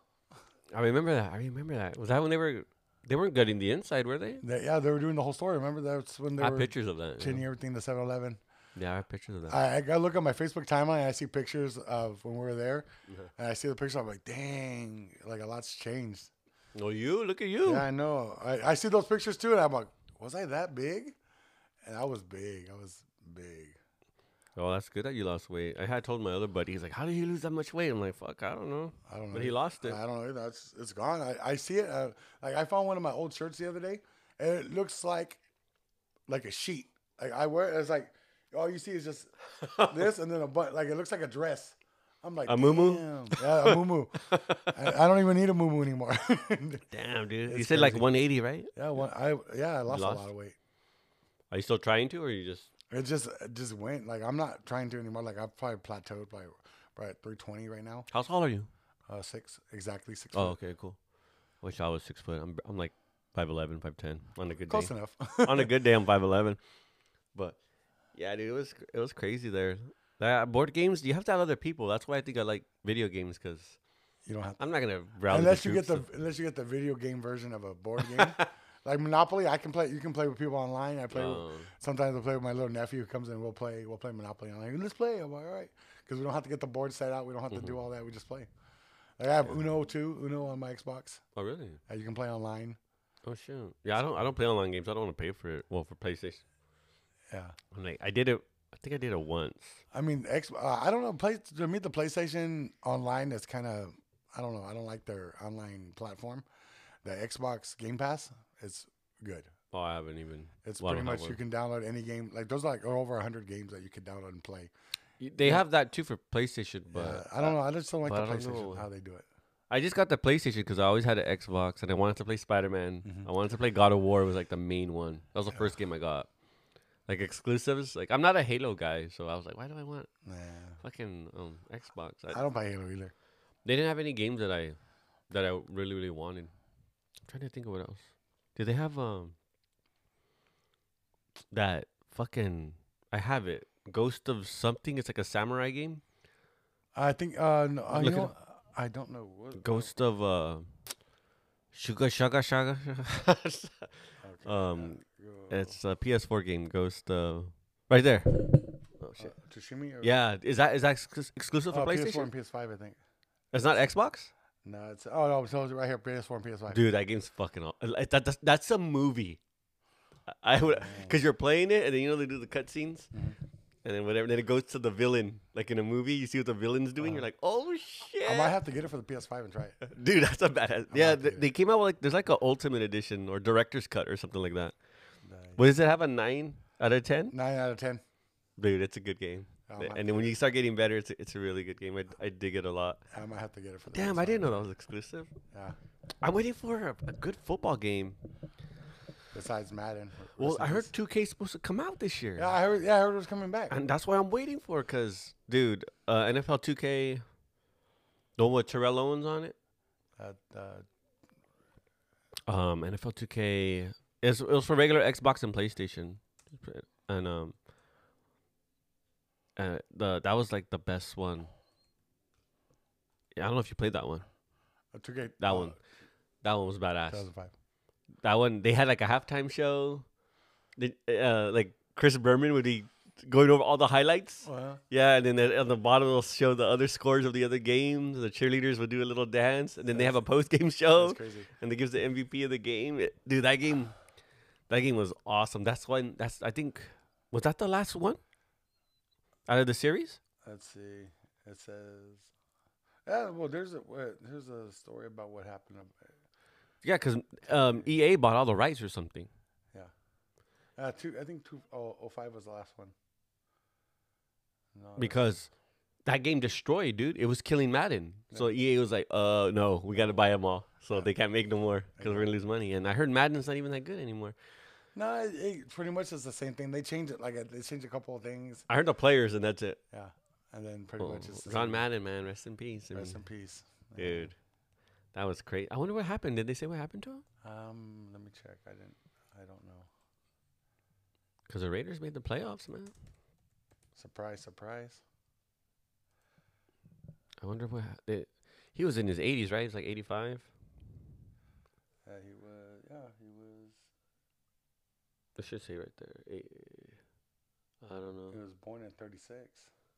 I remember that. I remember that. Was that when they were they weren't gutting the inside, were they?
They, yeah, they were doing the whole story. Remember that's when they
I have
were
pictures of that.
changing
Yeah.
everything to 7-Eleven.
yeah, I have pictures of that.
I, I gotta look at my Facebook timeline. and I see pictures of when we were there, and I see the picture. I'm like, dang, like a lot's changed.
oh, you look at you.
Yeah, I know. I, I see those pictures too, and I'm like, was I that big? And I was big. I was big.
Oh, that's good that you lost weight. I had told my other buddy, he's like, "How did you lose that much weight?" I'm like, "Fuck, I don't know."
I don't know.
But he lost it.
I don't know. That's it's gone. I, I see it. Uh, like I found one of my old shirts the other day, and it looks like like a sheet. Like I wear it, it's like all you see is just this, and then a butt. Like it looks like a dress. I'm like
A muumuu?
"Damn." Yeah, a muumuu. I, I don't even need a muumuu anymore.
Damn, dude. you
It's
said like
crazy.
180, right?
yeah, one, I yeah I lost, a
lost?
lot of weight.
Are you still trying to, or you just?
It just it just went. Like I'm not trying to anymore. Like I've probably plateaued by by 320 right now.
How tall are you?
Uh, six exactly six.
Oh,
foot.
okay, cool. Wish I was six foot. I'm I'm like 5'11", 5'10". On a good
close
day.
enough.
on a good day, I'm 5'11". But yeah, dude, it was it was crazy there. That board games, you have to have other people. That's why I think I like video games because
you don't have.
I'm not gonna browse.
unless you get the unless you get the video game version of a board game. like Monopoly, I can play. You can play with people online. I play.
Oh.
With, sometimes I play with my little nephew who comes in. We'll play. We'll play Monopoly online. Let's play. I'm like, all right, because we don't have to get the board set out. We don't have
Mm-hmm.
to do all that. We just play. Like I have Uno too. Uno on my Xbox.
Oh really?
Uh, you can play online.
Oh shoot. Yeah, I don't I don't play online games. I don't want to pay for it. Well, for PlayStation.
Yeah.
I'm like, I did it. I think I did it once.
I mean, X. Uh, I don't know. Play to me the PlayStation online is kind of. I don't know. I don't like their online platform. The Xbox Game Pass is good.
Oh, I haven't even.
It's
well, I
pretty
don't have
much you
one.
can download any game. Like there's like over hundred games that you can download and play.
Y- They have that too for PlayStation, but
Uh, I don't know. I just don't like
but
the
I don't know.
PlayStation how they do it.
I just got the PlayStation because I always had an Xbox and I wanted to play Spider Man.
Mm-hmm.
I wanted to play God of War was like the main one. That was the first game I got. Like exclusives. Like I'm not a Halo guy, so I was like, why do I want
Nah,
fucking um, Xbox? I,
I don't play Halo either.
they didn't have any games that I that I really really wanted. I'm trying to think of what else. Did they have um that fucking I have it Ghost of something? It's like a samurai game.
I think. Uh, no, uh, you
Look it
know, I don't know. What,
Ghost of uh, Sugar Shaga Shaga.
okay.
um,
Go-
It's a PS4 game, Ghost. Uh, right there. Oh
uh,
shit.
Tsushima. Or,
Yeah, is that is that exclus- exclusive for
uh, PS4
PlayStation?
and PS5, I think.
It's not Xbox.
No, it's oh no, it's right here. PS4 and PS5.
Dude, that game's fucking. All- that, that's, that's a movie. I- I would, cause you're playing it, and then you know they do the cutscenes, and then whatever. Then it goes to the villain, like in a movie. You see what the villain's doing. You're like, oh shit,
Uh, I might have to get it for the PS5 and try it.
dude, that's a badass. Yeah,
have
th-
to get it.
they came out with like there's like a ultimate edition or director's cut or something like that. But does it have a nine out of ten?
Nine out of ten.
Dude, it's a good game.
I'll
Th-
have
and
to
then when you start getting better, it's a, it's a really good game. I, I dig it a lot.
I might have to get it for. The
Damn,
PS5.
I didn't know that was exclusive.
Yeah.
I'm waiting for a, a good football game.
Besides Madden.
Well,
Rest in
I heard
peace.
2K is supposed to come out this year.
Yeah, I heard. Yeah, I heard it was coming back.
And that's why I'm waiting for because, dude, uh, NFL 2K, the one with Terrell Owens on it.
Uh, uh,
Um, NFL 2K, it's, it was for regular Xbox and PlayStation. And um, uh, the that was like the best one. Yeah, I don't know if you played that one.
uh, 2K.
That
uh,
one. That one was badass.
2005.
That one they had like a halftime show. They- uh, like Chris Berman would be going over all the highlights.
Well,
Yeah, and then at- on the bottom it'll show the other scores of the other games. The cheerleaders would do a little dance, and then they have a post game
that's
show,
crazy.
and they gives the MVP of the game. It- dude, that game, that game was awesome. That's one. That's I think was that the last one out of the series.
Let's see. It says, yeah. Well, there's a wait, there's a story about what happened. ab-
Yeah, because um, EA bought all the rights or something.
Oh, Uh, two. I think two oh oh five was the last one. No, that's-
because E that game destroyed, dude. It was killing Madden. So EA was like, "Uh, no, we got to buy them all." so they can't make no more because we're gonna lose money. And I heard Madden's not even that good anymore.
No, it, it pretty much is the same thing. They change it like uh, they change a couple of things.
I heard the players, and that's it.
Yeah, and then pretty much it's the
John
same.
Madden, man, rest in peace. I
Rest in
mean,
peace,
dude, that was crazy. I wonder what happened. Did they say what happened to him?
Um, let me check. I didn't. I don't know.
Because the Raiders made the playoffs, man.
Surprise, surprise.
I wonder what hap- they, he was in his 80s, right? He's like 85.
Yeah, he was. Yeah, he was.
It should say right there. Eh, I don't know.
He was born in '36.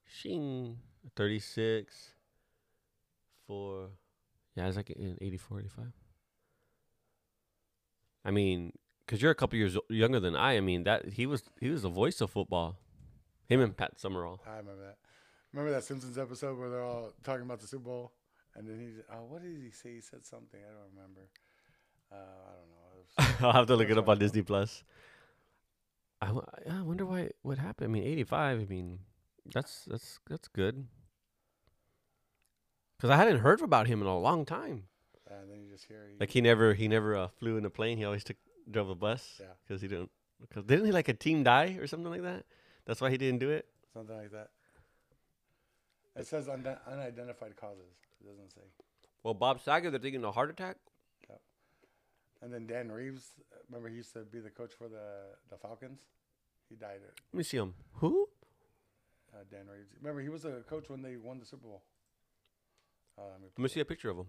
Shing. 36. 4. Yeah, it's like in 84, 85. I mean, because you're a couple years o- younger than I. I mean, that he was he was the voice of football. Him and Pat Summerall.
I remember that. Remember that Simpsons episode where they're all talking about the Super Bowl, and then he. Oh, what did he say? He said something. I don't remember. Uh, I don't know. It was-
I'll have to look it
That's
up
what
on
I thought.
Disney Plus. I, wo- I wonder why what happened. I mean, 85. I mean, that's that's that's good. Cause I hadn't heard about him in a long time.
and then you just hear. He,
Like he never he never uh, flew in a plane. He always took drove a bus.
Yeah.
Because he didn't. Because didn't he like a team die or something like that? That's why he didn't do it.
Something like that. It says unde- unidentified causes. It doesn't say.
Well, Bob Saget, they're thinking a heart attack.
And then Dan Reeves, remember he used to be the coach for the, the Falcons? He died.
Let me see him. Who?
Uh, Dan Reeves. Remember he was a coach when they won the Super Bowl. Uh, let me
Let me see a picture of him.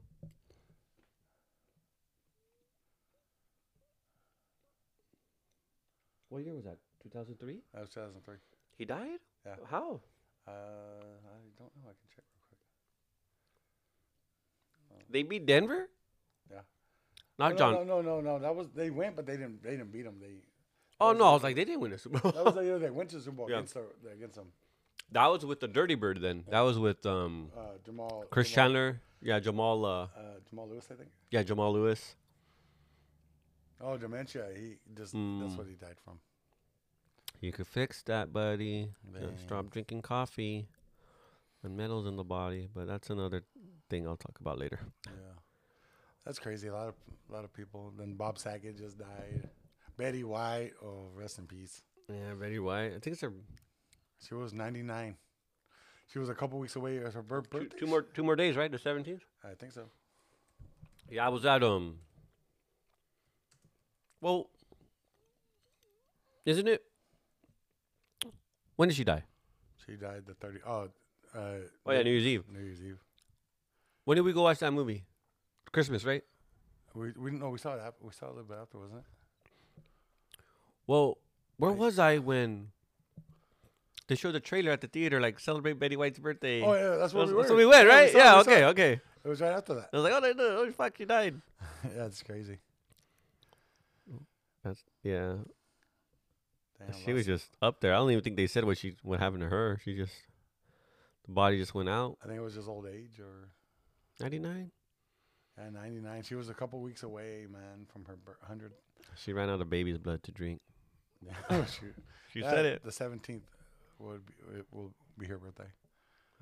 What year was that? 2003?
that was 2003.
He died?
Yeah.
How?
Uh, I don't know. I can check real quick.
They beat Denver?
Yeah.
Not
no,
John.
No, no, no, no. That was they went, but they didn't. They didn't beat them. They
oh, no. I was like, they didn't win a Super Bowl.
that was the year they went to the Super Bowl
Yeah.
against the, against them.
that was with the Dirty Bird then. That was with um,
Uh, Jamal
Chris
Jamal,
Chandler. Yeah, Jamal. Uh,
uh, Jamal Lewis, I think.
yeah, Jamal Lewis.
Oh, dementia. He just that's
Mm.
what he died from.
You could fix that, buddy. You know,
Dang.
stop drinking coffee and metals in the body. But that's another thing I'll talk about later.
Yeah, that's crazy. A lot of a lot of people. Then Bob Saget just died. Betty White. Oh, rest in peace.
Yeah, Betty White. I think it's her
She was 99. She was a couple weeks away. It was her bir-
two,
birthday.
two more two more days, right? The seventeenth.
I think so.
Yeah, I was at um. Well, isn't it? When did she die?
She died the 30. Oh, uh,
Oh yeah, New Year's Eve.
New Year's Eve.
When did we go watch that movie? Christmas, right?
We we didn't know we saw it. af- We saw it a little bit after, wasn't it?
Well, where was I when they showed the trailer at the theater, like celebrate Betty White's birthday?
Oh yeah, that's what
That's-
we were.
that's what we went,
Yeah,
right?
saw it,
Yeah,
we saw
okay,
It.
okay.
It was right after that.
I was like, oh, no, no, oh, fuck, you died.
yeah, it's crazy.
That's, yeah.
Damn,
she was
lost-
just up there. I don't even think they said what she what happened to her. She just the body just went out.
I think it was just old age or
Ninety nine.
yeah, 99. She was a couple weeks away, man, from her bir- 100.
She ran out of baby's blood to drink.
oh shoot.
She
Yeah,
said it.
The 17th would be, it will be her birthday.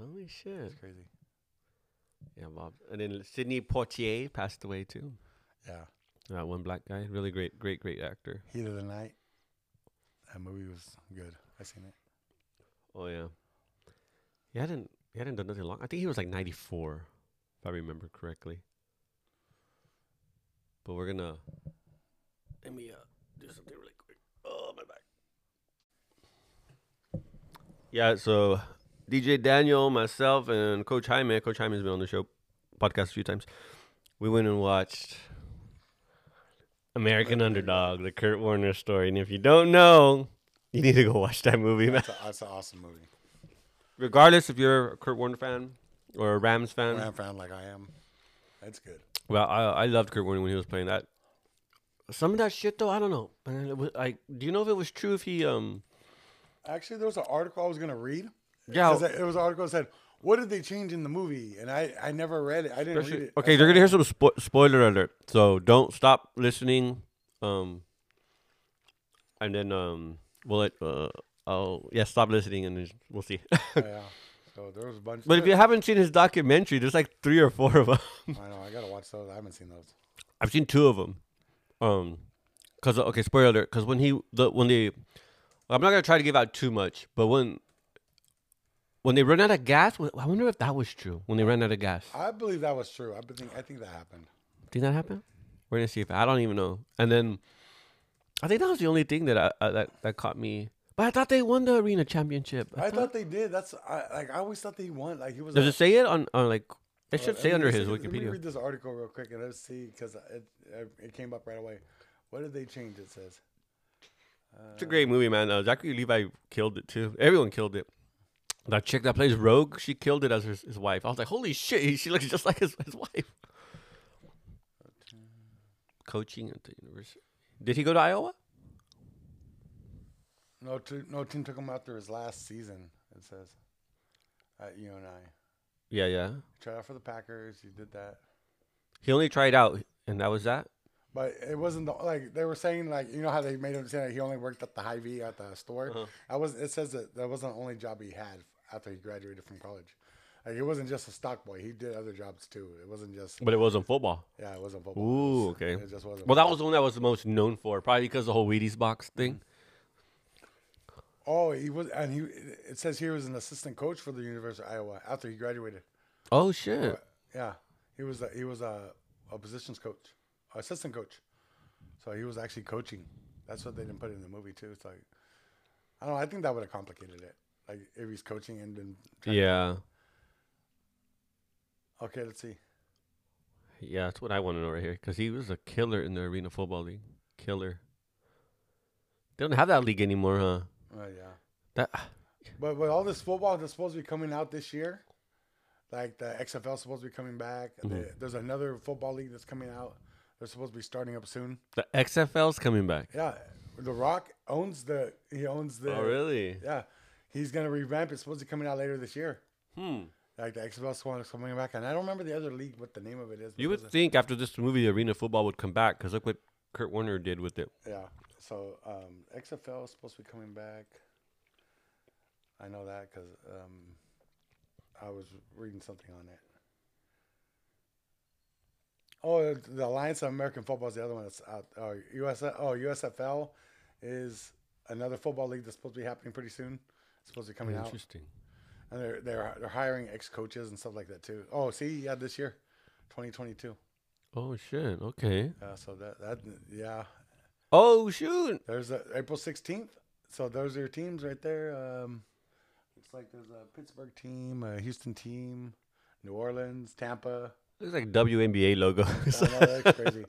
Uh, Holy shit.
It's crazy.
Yeah, Bob. And then Sidney Poitier passed away too.
Yeah.
That one black guy, really great, great, great actor.
Heat of the Night. That movie was good. I seen it.
Oh yeah. He hadn't he hadn't done nothing long. I think he was like ninety four, if I remember correctly. But we're gonna let me uh, do something really quick. Oh my back. Yeah, so DJ Daniel, myself, and Coach Jaime. Coach Jaime's been on the show podcast a few times. We went and watched American Underdog, the Kurt Warner story. And if you don't know, you need to go watch that movie, man
It's, a, it's an awesome movie.
regardless if you're a Kurt Warner fan or a Rams fan.
When I'm found like I am, that's good.
Well, I, I loved Kurt Warner when he was playing that. Some of that shit though, I don't know. Man, it was, I do you know if it was true if he um
Actually, there was an article I was gonna read.
Yeah.
'Cause it was an article that said, "What did they change in the movie?" And I, I never read it. I didn't read it.
okay, you're gonna hear some spo- spoiler alert, so don't stop listening. Um, and then um, we'll let uh, oh yeah, stop listening and then we'll see.
Yeah. So there was a bunch.
But if you haven't seen his documentary, there's like three or four of them.
I know I gotta watch those. I haven't seen those.
I've seen two of them. Um, cause okay, spoiler alert. Cause when he the when they, I'm not gonna try to give out too much, but when when they run out of gas, wh- I wonder if that was true. When they ran out of gas,
I believe that was true. I be- think I think that happened.
did that happen? We're gonna see if I don't even know. And then, I think that was the only thing that I, I that that caught me. But I thought they won the arena championship.
I thought they did. That's I, like I always thought they won. Like he was.
Does
a-
it say it on, on like it should
Let
say
me
under
just-
his
Let me
Wikipedia?
read this article real quick and let's see because it, it it came up right away. What did they change? It says.
It's a great movie, man. Uh, Zachary Levi killed it too. Everyone killed it. That chick that plays Rogue, she killed it as his, his wife. I was like, holy shit, he- she looks just like his, his wife. Coaching at the university. Did he go to Iowa?
No, t- no team took him after his last season. It says at UNI.
Yeah, yeah.
Tried out for the Packers. He did that,
He only tried out, and that was that.
but it wasn't the, like they were saying. Like you know how they made him say that he only worked at the high V at the store.
Uh-huh.
I was. It says that that wasn't the only job he had after he graduated from college. Like it wasn't just a stock boy. He did other jobs too. It wasn't just
But it wasn't football.
yeah. It wasn't football. It
Ooh,
was-
okay.
It just wasn't.
Well, that was the one that was the most known for, probably because of the whole Wheaties box thing.
Oh, he was, and he. It says he was an assistant coach for the University of Iowa after he graduated.
Oh shit!
Yeah, he was. A, he was a, a positions coach, assistant coach. So he was actually coaching. That's what they didn't put in the movie too. It's like, I don't. know. I think that would have complicated it. Like if he's coaching and then. trying-
Yeah,
Okay, let's see.
yeah. That's what I want to know right here, because he was a killer in the Arena Football League. Killer. They don't have that league anymore, huh?
Oh yeah.
That
But with all this football that's supposed to be coming out this year, like the XFL is supposed to be coming back.
Mm-hmm.
the- there's another football league that's coming out. They're supposed to be starting up soon.
the XFL's coming back.
Yeah, The Rock owns the. He owns the.
Oh really?
Yeah, he's gonna revamp. It's supposed to be coming out later this year.
Hmm.
Like the XFL squad is coming back, and I don't remember the other league what the name of it is. but
You would
there's
think after this movie, the Arena Football would come back, because look what Kurt Warner did with it.
a- yeah. So um, XFL is supposed to be coming back. I know that because um, I was reading something on it. Oh, the Alliance of American Football is the other one that's out. Oh, US, oh USFL is another football league that's supposed to be happening pretty soon. It's supposed to be coming out.
Interesting.
And they're they're they're hiring ex coaches and stuff like that too. Oh, see, yeah, this year, 2022.
Oh shit. Okay.
Yeah, so that that yeah,
Oh shoot.
there's a, April 16th. So those are your teams right there. Um, looks like there's a Pittsburgh team, a Houston team, New Orleans, Tampa.
Looks like WNBA logo.
I know, that's crazy.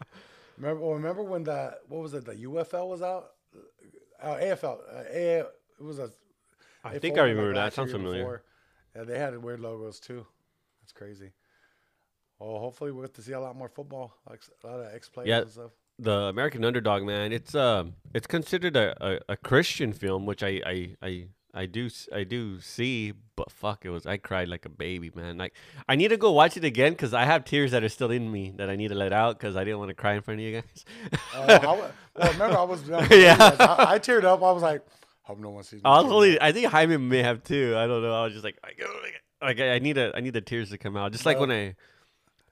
Remember, well, remember when the what was it? The UFL was out. Uh, AFL. Uh, A, it was a.
I
they
think I
folded, like,
remember that.
last year
Sounds
or
familiar.
before. Yeah, they had weird logos too. That's crazy. Well, hopefully we will get to see a lot more football, like s- a lot of ex players
Yeah.
and stuff.
the American Underdog, man. It's um, it's considered a, a, a Christian film, which I, I I I do s- I do see, but fuck, it was I cried like a baby, man. Like I need to go watch it again because I have tears that are still in me that I need to let out because I didn't want to cry in front of you guys.
Oh, I wa- well, remember I was
Yeah.
I, I teared up. I was like, hope no one sees me.
I was
tearing
only
up.
I think Jaime may have too. I don't know. I was just like like, like I I need a I need the tears to come out. Just like when I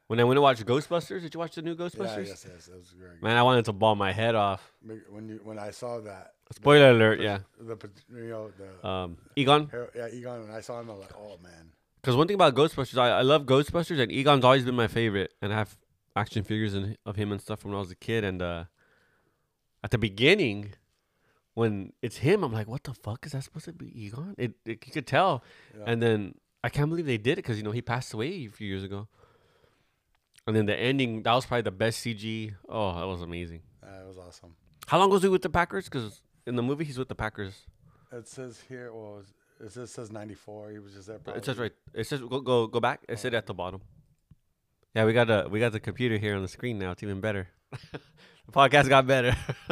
when I went to watch Ghostbusters. Did you watch the new
Yeah,
Ghostbusters?
yes, yes, that was very good.
Man, I wanted to ball my head off.
Big- When you when I saw that,
Spoiler alert, yeah.
the pot- you know the
Um, Egon.
hero- yeah Egon, when I saw him, I was like, oh man,
Because one thing about Ghostbusters, I, I love Ghostbusters, and Egon's always been my favorite. And I have action figures and, of him and stuff from when I was a kid. And uh, at the beginning, when it's him, I'm like, what the fuck is that supposed to be Egon? It, it you could tell.
Yeah.
And then I can't believe they did it because you know he passed away a few years ago. And then the ending, that was probably the best CG. Oh, that was amazing.
that was awesome.
How long was he with the Packers? Because in the movie, he's with the Packers.
It says here, well, it says, says ninety four. He was just there.
It says right. It says go go go back. It said at the bottom. Yeah, we got a we got the computer here on the screen now. It's even better. the podcast got better.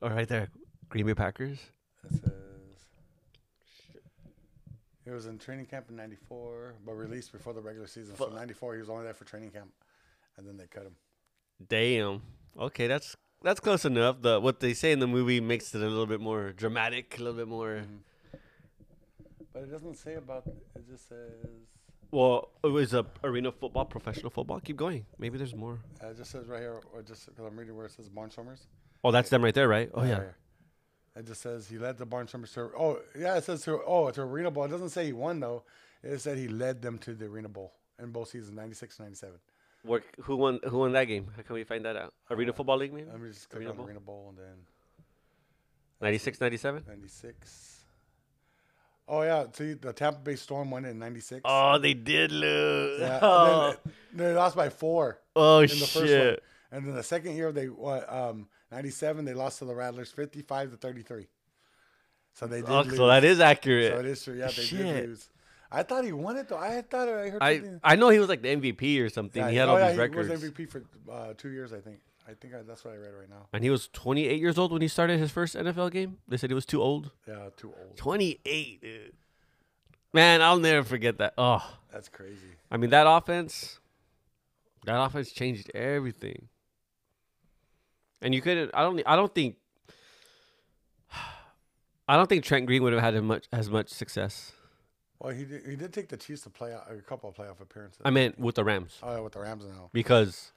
All right there, Green Bay Packers.
It says he was in training camp in '94, but released before the regular season. So '94, he was only there for training camp, and then they cut him.
Damn. Okay, that's that's close enough. The Mm-hmm. what they say in the movie makes it a little bit more dramatic, a little bit more.
But But it doesn't say about. It just says.
Well, it was a arena football, professional football. Keep going. Maybe there's more.
Uh, it just says right here, or just because I'm reading where it says Barnstormers.
Oh, that's them right there, right? Oh yeah.
Right here. It just says he led the Barnstormers to. Oh yeah, it says to. Oh, to Arena Bowl. It doesn't say he won though. It said he led them to the Arena Bowl in both seasons, 96 97.
What, who won? Who won that game? How can we find that out? Arena football league, maybe.
Let me just click
Arena
on
Bowl?
Arena Bowl and then
96, 97?
96. Oh yeah, see the Tampa Bay Storm won it in 96.
Oh, they did lose.
Yeah,
oh,
and then they lost by four
oh,
in the
shit.
first one, and then the second year they won um, ninety seven. They lost to the Rattlers fifty five to thirty three. So they did
Oh,
lose.
so that is accurate.
So it is true. Yeah, they
Shit.
did lose. I thought he won it though. I had thought I heard.
I
something-
I know he was like the MVP or something.
Yeah,
he had
oh,
all
yeah,
these records,
He was MVP for uh, two years, I think. I think I, that's what I read right now.
and he was 28 years old when he started his first NFL game. They said he was too old.
Yeah, too old.
28, dude. Man, I'll never forget that. Oh,
That's crazy.
I mean that offense. That offense changed everything. And you couldn't. I don't. I don't think. I don't think Trent Green would have had as much as much success.
Well, he did, he did take the Chiefs to play a couple of playoff appearances.
I meant with the Rams.
oh, yeah, with the Rams now.
because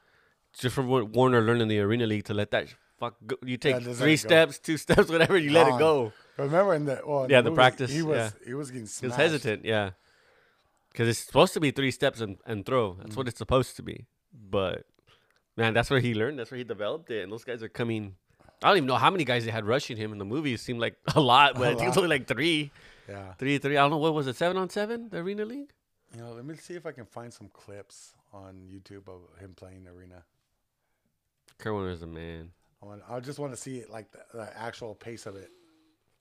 just from what Warner learned in the arena league to let that sh- fuck go, you take
just let
three
it go.
steps, two steps, whatever, you let it
Gone.
go.
But remember in the well, in
Yeah, the
movie,
practice,
He was
yeah.
he was getting
He was
smashed.
hesitant, yeah, because it's supposed to be three steps and, and throw. That's
Mm.
what it's supposed to be. But man, that's where he learned. That's where he developed it. And those guys are coming. I don't even know how many guys they had rushing him in the movie. It seemed like a lot, but I think it was
lot.
only like three,
Yeah.
three, three. I don't know what was it, seven on seven, the arena league.
You know, let me see if I can find some clips on YouTube of him playing arena.
Kerwin was a man.
I want, I just want to see it like the, the actual pace of it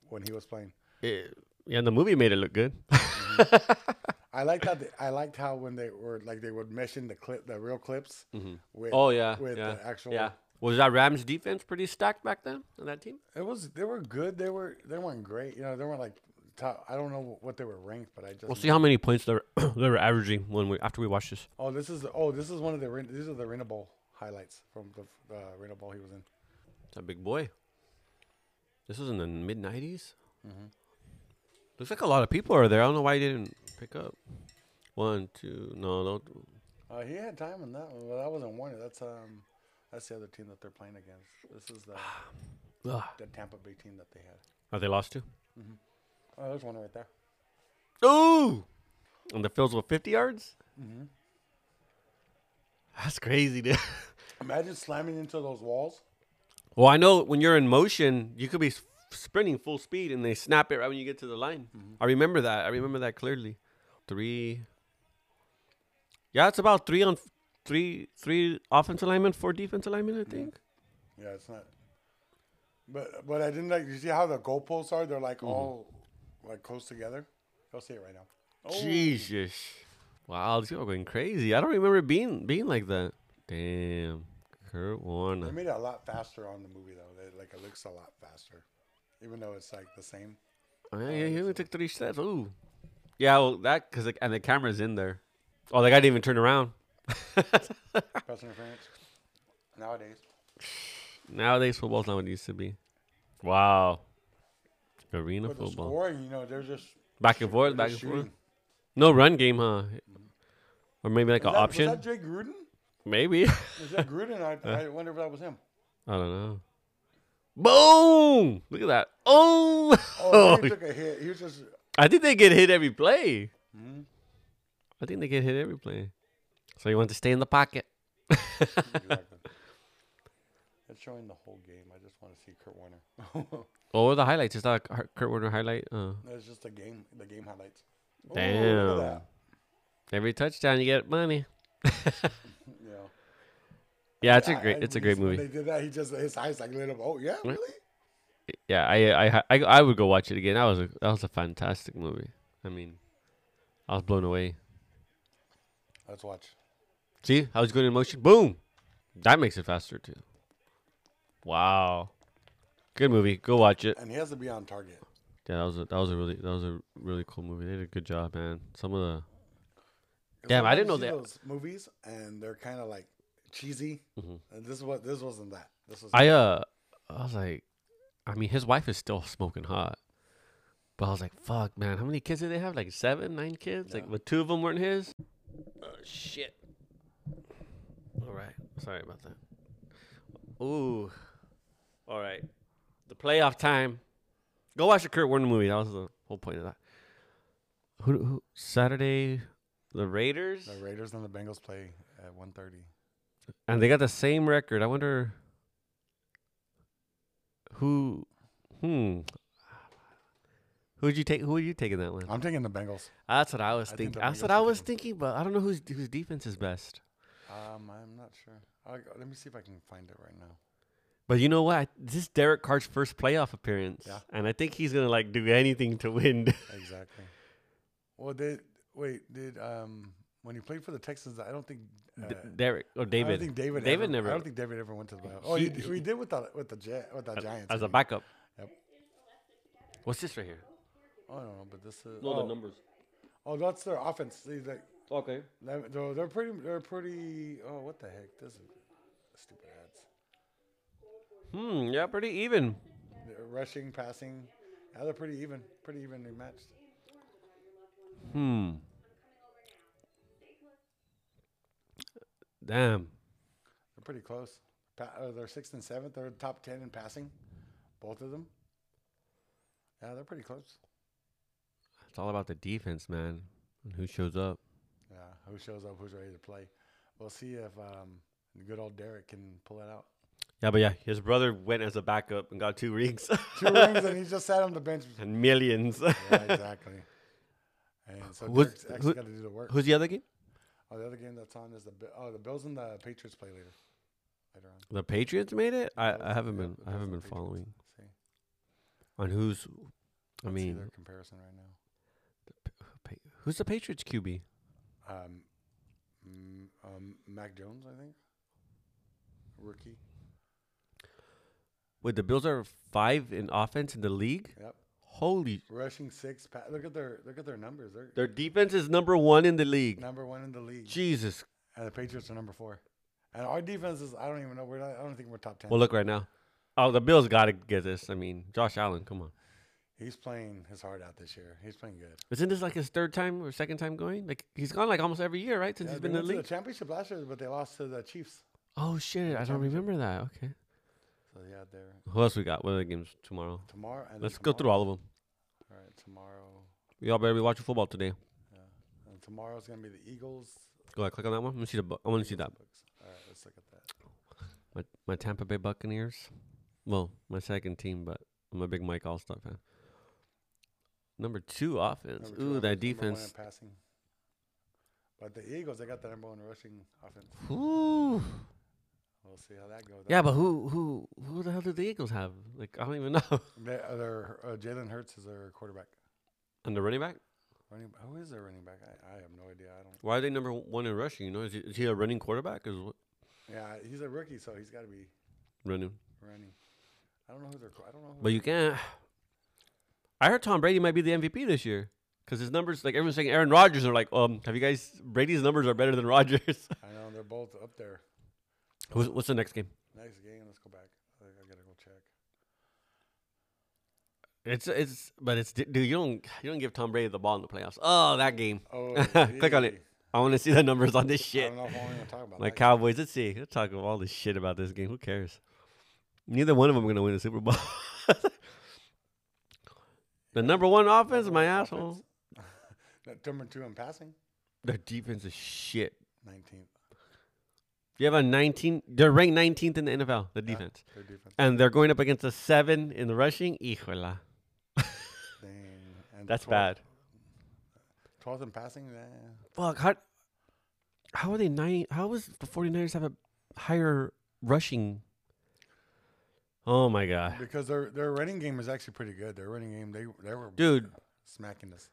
when he was playing.
It- yeah, and the movie made it look good.
Mm-hmm. I liked how they, I liked how when they were like they would mesh in the clip the real clips with
Oh yeah,
with
yeah,
the actual
yeah. Was that Rams defense pretty stacked back then on that team?
It was they were good they were they weren't great you know they weren't like top I don't know what they were ranked but I just
We'll see how many points they're they were averaging when we after we watch this.
oh this is the, oh this is one of the Ren- these are the Arena Bowl highlights from the uh, Arena Bowl he was in.
It's a big boy. This was in the mid '90s. Looks like a lot of people are there. I don't know why he didn't pick up. One, two, no, no.
Uh, he had time in that one, but that wasn't Warner. That's um, that's the other team that they're playing against. This is the
Ugh.
the Tampa Bay team that they had.
Are they lost to?
Oh, there's one right there.
Ooh, Mm-hmm. and the Phils were 50 yards. That's crazy, dude.
Imagine slamming into those walls.
Well, I know when you're in motion, you could be s- sprinting full speed and they snap it right when you get to the line. I remember that. I remember that clearly. Three. Yeah, it's about three on f- three three offensive linemen, four defensive linemen, I think.
Yeah, it's not. But but I didn't like. You see how the goalposts are? They're like
Mm-hmm.
all like close together. You'll see it right now. Oh,
Jesus. Wow, these people are going crazy. I don't remember being being like that. Damn. Kurt
they
Warner.
made it a lot faster on the movie though. They, like it looks a lot faster, even though it's like the same.
Oh, yeah, yeah, he only took three steps. Ooh. Yeah, well, that, because, and the camera's in there. Oh, the guy didn't even turn around.
Pass interference. Nowadays,
Nowadays, football's not what it used to be. Wow. Arena
with the
football.
scoring, you know, they're just
Back and forth,
they're
back and
just
forth.
shooting.
No run game, huh? Or maybe like
Was
an
that-
option?
Was that Jay Gruden?
maybe. I
Was that Gruden? I, I wonder if that was him.
don't know. Boom! Look at that. Oh!
Oh, he took a hit. He was just
I think they get hit every play.
Hmm?
I think they get hit every play. So you want to stay in the pocket.
exactly. It's showing the whole game. I just want to see Kurt Warner.
What were the highlights? Is that a Kurt Kurt Warner highlight? Uh,
That's just the game. The game highlights. Ooh, look at
Damn.
that.
every touchdown, you get money.
Yeah.
Yeah, it's a
I- I-
great, it's a
when
great
he- when
movie.
They did that. He just his eyes like lit up. Oh yeah,
Right.
really?
yeah, I, I, I, I would go watch it again. That was a, that was a fantastic movie. I mean, I was blown away.
Let's watch.
See, I was going in motion. Boom, that makes it faster too. Wow, good movie. Go watch it.
And he has to be on target.
Yeah, that was a, that was a really that was a really cool movie. They did a good job, man. Some of the
'Cause
Damn, I
sometimes
didn't know
you see
that-
Those movies and they're kind of like cheesy.
Mm-hmm.
And this was this wasn't that. This was
I uh I was like, I mean, his wife is still smoking hot. But I was like, fuck, man, how many kids did they have? Like seven, nine kids? Like, but two of them weren't his? Oh, shit. All right. Sorry about that. Ooh. All right. The playoff time. Go watch the Kurt Warner movie. That was the whole point of that. Who, who Saturday, the Raiders?
The Raiders and the Bengals play at 1:30.
And they got the same record. I wonder who hmm. Who'd you take who would you take in that one? Ah,
I'm taking the Bengals.
That's what I was
I think
thinking.
the
That's
Bengals
what I
are
was thinking, but I don't know whose whose defense is best.
Um, I'm not sure. I'll, go- let me see if I can find it right now.
But you know what? This is Derek Carr's first playoff appearance.
Yeah.
And I think he's gonna like do anything to win.
Exactly. Well, did wait? Did um when he played for the Texans? I don't think uh,
D- Derek or
I
David.
don't think David.
David
ever,
never
I don't think David ever went to the playoffs. Oh, he,
He-
d- he, did with the with the Jet with the Giants.
as a
didn't he?
backup.
Yep.
What's this right here?
Oh no, but this is
No,
oh,
the numbers.
oh, that's their offense. See, like
Okay.
they're they're- they're pretty. They're pretty. Oh, what the heck? This is stupid ads.
Hmm, yeah, pretty even.
They're rushing, passing. Yeah, they're pretty even. Pretty evenly matched.
Hmm. Damn.
They're pretty close. Pa- uh, they're sixth and seventh. They're top ten in passing, both of them. Yeah, they're pretty close.
It's all about the defense, man. And who shows up.
Yeah, who shows up? Who's ready to play? We'll see if um, the good old Derek can pull it out.
Yeah, but yeah, his brother went as a backup and got two rings
Two rings, and he just sat on the bench.
and millions.
Yeah, exactly. And so
Who's-
Derek's actually
who-
got to do the work.
Who's the other game?
Oh, the other game that's on is the Bi- oh the Bills and the Patriots play later. Later on.
The Patriots made it. I,
Bills-
I haven't
yeah,
been.
the
I
Bills
haven't
and
been
Patriots.
following
See,
on who's. I
let's see their
mean,
comparison right now.
pa- who's the Patriots QB?
Um, mm, um, Mac Jones, I think, rookie.
Wait, the Bills are five in offense in the league.
Yep,
Holy!
rushing six. Pa- look at their look at their numbers. They're
Their defense is number one in the league.
number one in the league.
Jesus.
And the Patriots are number four. And our defense is, I don't even know. We're not, I don't think we're top 10.
Well, look right now. Oh, the Bills got to get this. I mean, Josh Allen, come on.
He's playing his heart out this year. He's playing good.
Isn't this like his third time or second time going? Like he's gone like almost every year, right? Since
Yeah,
he's
they
been in
went
the
to
league.
the championship last year, but they lost to the Chiefs.
oh shit! I don't remember that. Okay.
So, yeah, they're
Who else we got? What other games tomorrow?
tomorrow. And then
Let's go through all of them.
tomorrow- All right, tomorrow.
We all better be watching football today.
And tomorrow's going to be the Eagles.
Go ahead, click on that one. Let me see the. Bu- I want to see that.
Bucks. All right, let's look at that.
My, my Tampa Bay Buccaneers. Well, my second team, but I'm a big Mike Allstott fan. Number two offense.
Number two
Ooh, that
offense, number one
defense.
in passing. But the Eagles, they got the number one rushing offense.
Ooh.
We'll see how that goes.
Yeah, but who who who the hell do the Eagles have? Like I don't even know.
They, uh, their, uh, Jalen Hurts is their quarterback.
And the running back?
Running, who is their running back? I, I have no idea. I don't.
Why are they number one in rushing? You know, is he, is he a running quarterback? Is what
Yeah, he's a rookie, so he's got to be
running?
running. I don't know who they're. I don't know. Who
But you can't. I heard Tom Brady might be the MVP this year because his numbers, like everyone's saying, Aaron Rodgers are like, um, have you guys? Brady's numbers are better than Rodgers.
I know they're both up there.
Who's, what's the next game?
Next game, let's go back. I, think I gotta go check.
It's it's, but it's dude, you don't you don't give Tom Brady the ball in the playoffs. Oh, that game.
Oh,
Click on it. I want to see the numbers on this
I
shit.
don't know if I want to talk about
Like
that.
Cowboys, let's see. They're talking all this shit about this game. Who cares? Neither one of them are gonna win the Super Bowl. the number one offense, my asshole.
That number two in passing,
Their defense is shit.
nineteenth.
You have a 19. They're ranked 19th in the NFL, the defense,
Their defense.
and they're going up against a seven in the rushing. Hijola.
Dang. And
that's
12th
bad.
Twelfth in passing. Nah.
Fuck. How, how are they nine? How was the 49ers have a higher rushing? Oh my god,
Because their their running game is actually pretty good. Their running game, they they were
dude,
smacking us.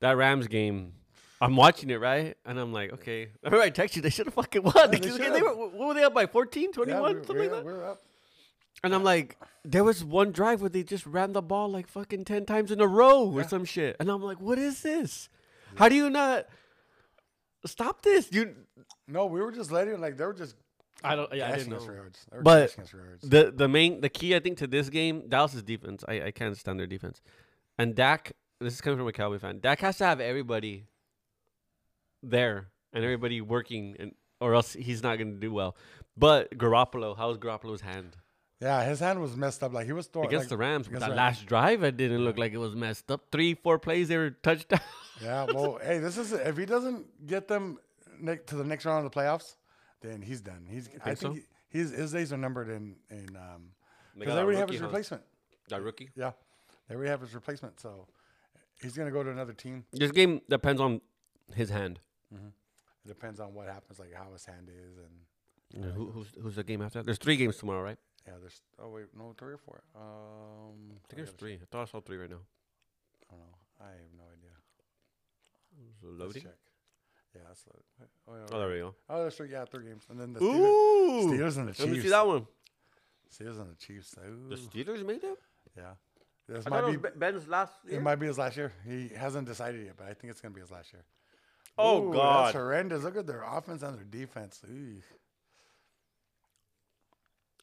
that Rams game. I'm watching it right, and I'm like, okay. I remember I texted you. They should have fucking won.
they
They
should
they
have.
were, what were they up by? 14,
Yeah,
21,
we're,
something
we're,
like that.
we're up.
And I'm like, there was one drive where they just ran the ball like fucking 10 times in a row or
Yeah.
some shit. And I'm like, what is this? How do you not stop this? You
No, we were just letting like they were just.
I don't- yeah, I
gashing
didn't
us
know.
for yards. They were
But
gashing us for yards.
the the main the key I think to this game, Dallas's defense. I, I can't stand their defense. And Dak, this is coming from a Cowboy fan. Dak has to have everybody there and everybody working, and or else he's not going to do well. But Garoppolo, how's Garoppolo's hand
Yeah, his hand was messed up. Like he was throwing
against
like-
the Rams?
against
that
the Rams.
last drive, it didn't look like it was messed up. Three, four plays, they were touchdown.
Yeah, well, hey, this is if he doesn't get them ne- to the next round of the playoffs, then he's done. He's I
think
think
so?
he, his his days are numbered in in um
They got
because they
a
already have
rookie,
his
huh?
replacement.
that rookie.
Yeah, they already have his replacement, so he's gonna go to another team.
This game depends on his hand.
It depends on what happens, like how his hand is, and
Who, who's who's the game after that? There's three games tomorrow, right?
yeah, there's oh wait, no, three or four. Um,
I think there's
gotta-
three. I thought I saw three right now.
I don't know. I have no idea.
So
Let's
loading.
check. Yeah, that's loaded. Oh, yeah,
Oh, there we go.
oh, that's three. Yeah, three games, and then the Steelers,
Ooh,
Steelers and the
let me see
Chiefs.
that one.
Steelers and the Chiefs.
The
Ooh,
Steelers made it.
yeah, this
I
might
thought
be
it was Be- Ben's last. year.
It might be his last year. He hasn't decided yet, but I think it's gonna be his last year.
Oh, God.
that's horrendous! Look at their offense and their defense, Ooh.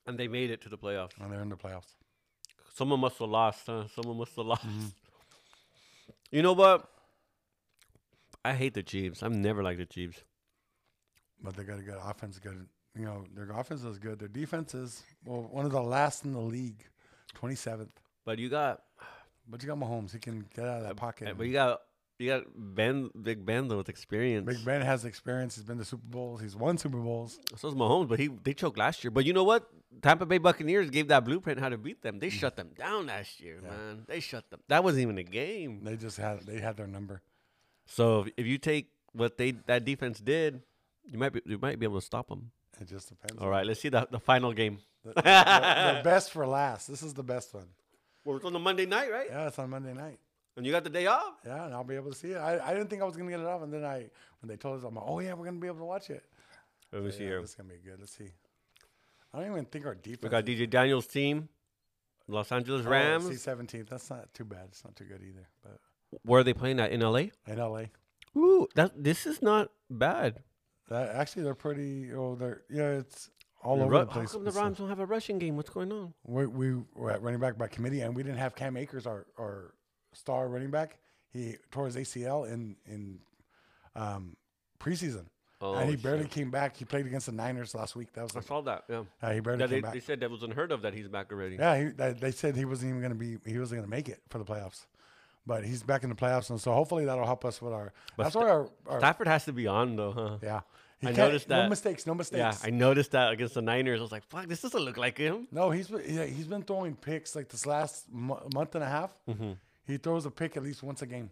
and they made it to the playoffs.
and they're in the playoffs.
Someone must have lost, huh? Someone must have lost.
Mm-hmm.
You know what? I hate the Chiefs. I've never liked the Chiefs.
But they got a good offense. Good, you know, their offense is good. Their defense is well one of the last in the league, twenty seventh.
But you got,
But you got Mahomes; he can get out of that pocket.
but you got, you got Ben, Big Ben though with experience.
Big Ben has experience. He's been to Super Bowls. He's won Super Bowls.
So is Mahomes, but he they choked last year. But you know what? Tampa Bay Buccaneers gave that blueprint how to beat them. They shut them down last year, man. They shut them. That wasn't even a game.
They just had they had their number.
So if, if you take what they that defense did, you might be you might be able to stop them.
It just depends.
All right, let's see the the final game.
The, the- the best for last. This is the best one.
Well, it's on a Monday night, right?
Yeah, it's on Monday night.
And you got the day off.
Yeah, and I'll be able to see it. I, I didn't think I was gonna get it off, and then I when they told us, I'm like, oh yeah, we're gonna be able to watch it.
Let me see
Yeah,
here.
this is gonna be good. Let's see. I don't even think our defense.
We got DJ Daniels' team, Los Angeles
C
Rams.
Oh, seventeenth. That's not too bad. It's not too good either. But
Where are they playing at in LA?
in LA,
Ooh, that this is not bad.
that, Uh, actually they're pretty. Oh, they're yeah. It's all over
Ru-
the place.
How come the
but so-
Rams don't have a rushing game? What's going on?
We, we were at running back by committee, and we didn't have Cam Akers, our our star running back. He tore his ACL in in um, preseason,
Oh,
and he barely came back. He played against the Niners last week. That was
I
like,
saw that. Yeah,
uh, he barely
Yeah,
came
they,
back.
they said that was unheard of that he's back already.
Yeah, he, they, they said he wasn't even going to be. He wasn't going to make it for the playoffs, but he's back in the playoffs, and so hopefully that'll help us with our. that's where our, our
Stafford has to be on though, huh?
yeah. He
I
can't-
noticed
No
that.
mistakes. No
Yeah,
mistakes.
I noticed that against the Niners. I was like, "Fuck, this doesn't look like him."
no, he's been- yeah, he's been throwing picks like this last mo- month and a half.
Mm-hmm.
He throws a pick at least once a game,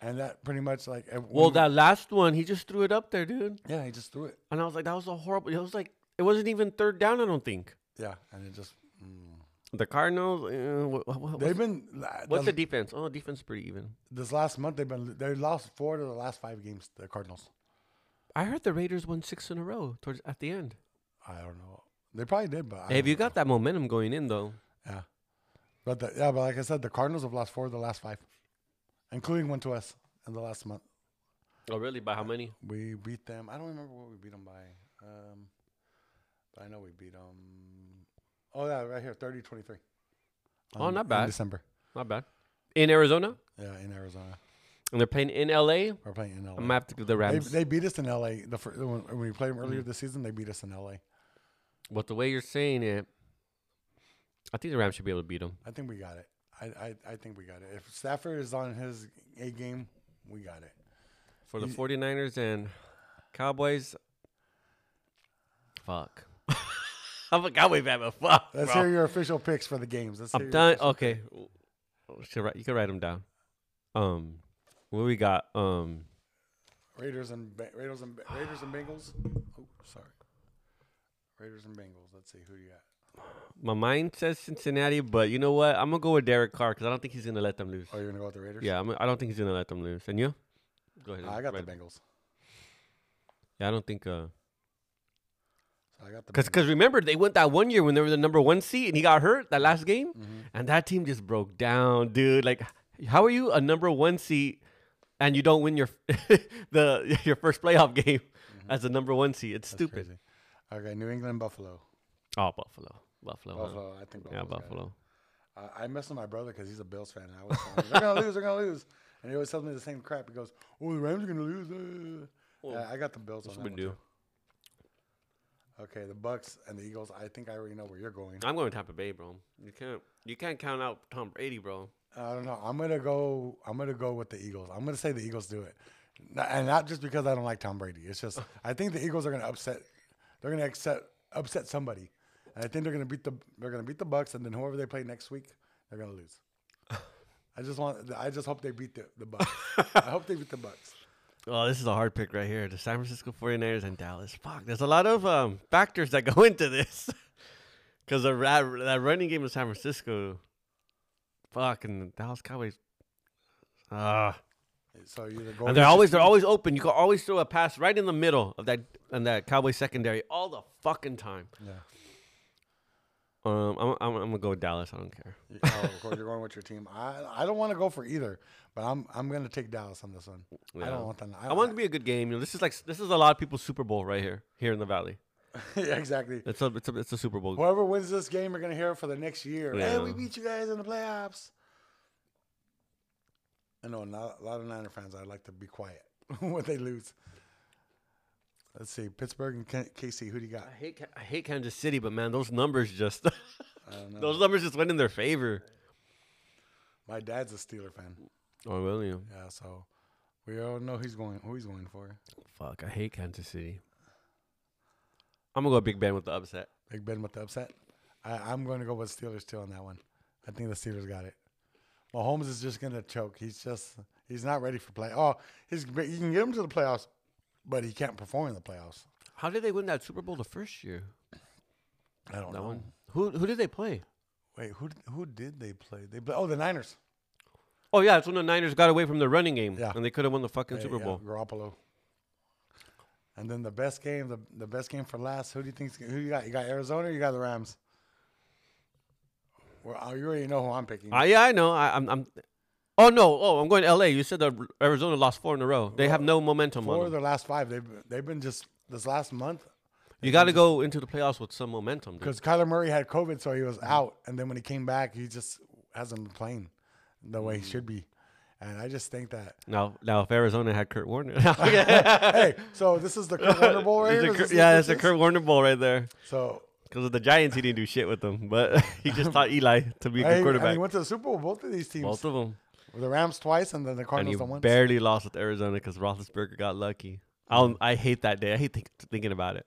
and that pretty much like ev-
Well,
when-
that last one, he just threw it up there, dude,
yeah, he just threw it.
and I was like, "That was a horrible." It was like it wasn't even third down. I don't think
Yeah, and it just mm.
the Cardinals. Uh, what, what,
they've been la-
what's the
the-
defense? Oh, defense is pretty even.
this last month they've been they lost four to the last five games. The Cardinals.
I heard the Raiders won six in a row towards at the end.
I don't know. They probably did, but I
Hey, if
don't
you got that momentum going in though,
Yeah. But the, yeah, but like I said, the Cardinals have lost four of the last five, including one to us in the last month.
oh really? By how many?
We beat them. I don't remember what we beat them by. Um, but I know we beat them. Oh, yeah, right here, 30 23.
Oh, not bad.
In December.
Not bad. In Arizona,
Yeah, in Arizona.
and they're playing in LA.
We're playing in
I'm gonna
LA.
have to give the
They,
Rams.
they beat us in LA. The fir- when, when we played them
Mm.
earlier this season, they beat us in LA.
But the way you're saying it, I think the Rams should be able to beat them.
I think we got it. I, I, I think we got it. If Stafford is on his A game, we got it.
For the 49ers and Cowboys, fuck. I'm a Cowboy fan, but fuck.
Let's
bro.
hear your official picks for the games. Let's hear
I'm
your
done.
official-
Okay. Should write, you can write them down. Um, what we got? Um,
Raiders and Ba- Raiders and Ba- Raiders and Bengals. Oh, sorry. Raiders and Bengals. Let's see who do you got.
my mind says Cincinnati, but you know what? I'm gonna go with Derek Carr because I don't think he's gonna let them lose.
Oh, you're gonna go with the Raiders.
Yeah, I'm, I don't think he's gonna let them lose. And you? Go ahead.
I got
Right.
the Bengals.
Yeah, I don't think. Uh,
So I got the.
Cause,
Bengals.
cause remember they went that one year when they were the number one seed and he got hurt that last game,
Mm-hmm.
and that team just broke down, dude. Like, how are you a number one seed and you don't win your the your first playoff game as a number one seed? It's stupid.
Mm-hmm. Crazy. Okay, New England Buffalo.
Oh, Buffalo, Buffalo, huh?
Buffalo. I think.
yeah,
Buffalo's got it.
Buffalo.
Uh, I mess with my brother because he's a Bills fan. And I was telling him, they're gonna lose, they're gonna lose, and he always tells me the same crap. He goes, "Oh, the Rams are gonna lose." Uh.
Well,
Yeah, I got the Bills on
That's
that
what we
one,
do.
too. Okay, the Bucks and the Eagles. I think I already know where you're going.
I'm going to Tampa Bay, bro. You can't you can't count out Tom Brady, bro.
I don't know. I'm gonna go. I'm gonna go with the Eagles. I'm gonna say the Eagles do it, N- and not just because I don't like Tom Brady. It's just I think the Eagles are gonna upset. They're gonna upset upset somebody, and I think they're gonna beat the they're gonna beat the Bucks, and then whoever they play next week, they're gonna lose. I just want. I just hope they beat the, the Bucks. I hope they beat the Bucks.
Oh, this is a hard pick right here. The San Francisco 49ers and Dallas. Fuck, there's a lot of um, factors that go into this. Because the ra- that running game in San Francisco. Fuck, and the Dallas Cowboys. Ah.
So you either go.
and they're always they're always open. You can always throw a pass right in the middle of that and that Cowboy secondary all the fucking time.
Yeah.
Um, I'm, I'm, I'm gonna go with Dallas. I don't care.
You- Oh, of course you're going with your team. I I don't want to go for either, but I'm I'm gonna take Dallas on this one. I
Yeah.
don't want them.
I want it to be a good game. You know, this is like this is a lot of people's Super Bowl right here, here in the Valley.
yeah, exactly.
It's a it's a, it's a Super Bowl.
Whoever wins this game, are gonna hear it for the next year. Hey, we
Yeah.
beat you guys in the playoffs. I know a lot, a lot of Niner fans. I like to be quiet when they lose. Let's see, Pittsburgh and Ken- KC. Who do you got?
I hate Ca- I hate Kansas City, but man, those numbers just
I don't know.
those numbers just went in their favor.
My dad's a Steeler fan.
Oh William,
Yeah, so we all know he's going. Who he's going for?
fuck, I hate Kansas City. I'm gonna go Big Ben with the upset.
Big Ben with the upset. I, I'm going to go with Steelers too on that one. I think the Steelers got it. Mahomes is just going to choke. He's just he's not ready for play. Oh, he's but you can get him to the playoffs, but he can't perform in the playoffs.
How did they win that Super Bowl the first year?
I don't
That
know.
one. Who who did they play?
Wait, who d- who did they play? They play, oh the Niners.
Oh yeah, it's when the Niners got away from the running game,
Yeah.
and they could have won the fucking
Hey,
Super
yeah,
Bowl.
Garoppolo. And then the best game, the, the best game for last. Who do you think? Who you got? You got Arizona. or You got the Rams. Well, I- you already know who I'm picking.
I Ah, yeah, I know. I, I'm I'm. Oh no! Oh, I'm going to L.A. You said that Arizona lost four in a row. They have no momentum.
Four
on
of
them.
their last five. They've they've been just this last month.
You got to go into the playoffs with some momentum. Dude.
Because Kyler Murray had COVID, so he was
Mm-hmm.
out, and then when he came back, he just hasn't been playing the way
Mm.
he should be. And I just think that
Now, now, if Arizona had Kurt Warner, yeah,
hey, so this is the Kurt Warner Bowl right here. Is this what
yeah,
this
it's a
is?
Kurt Warner Bowl right there.
So
Because of the Giants, he didn't do shit with them, but he just taught Eli to be a
hey,
good
and
quarterback.
he went to the Super Bowl. Both of these teams,
Both of them,
the Rams twice, and then the
and
Cardinals
he
the once.
barely lost with Arizona because Roethlisberger got lucky. I'll, I hate that day. I hate think, thinking about it.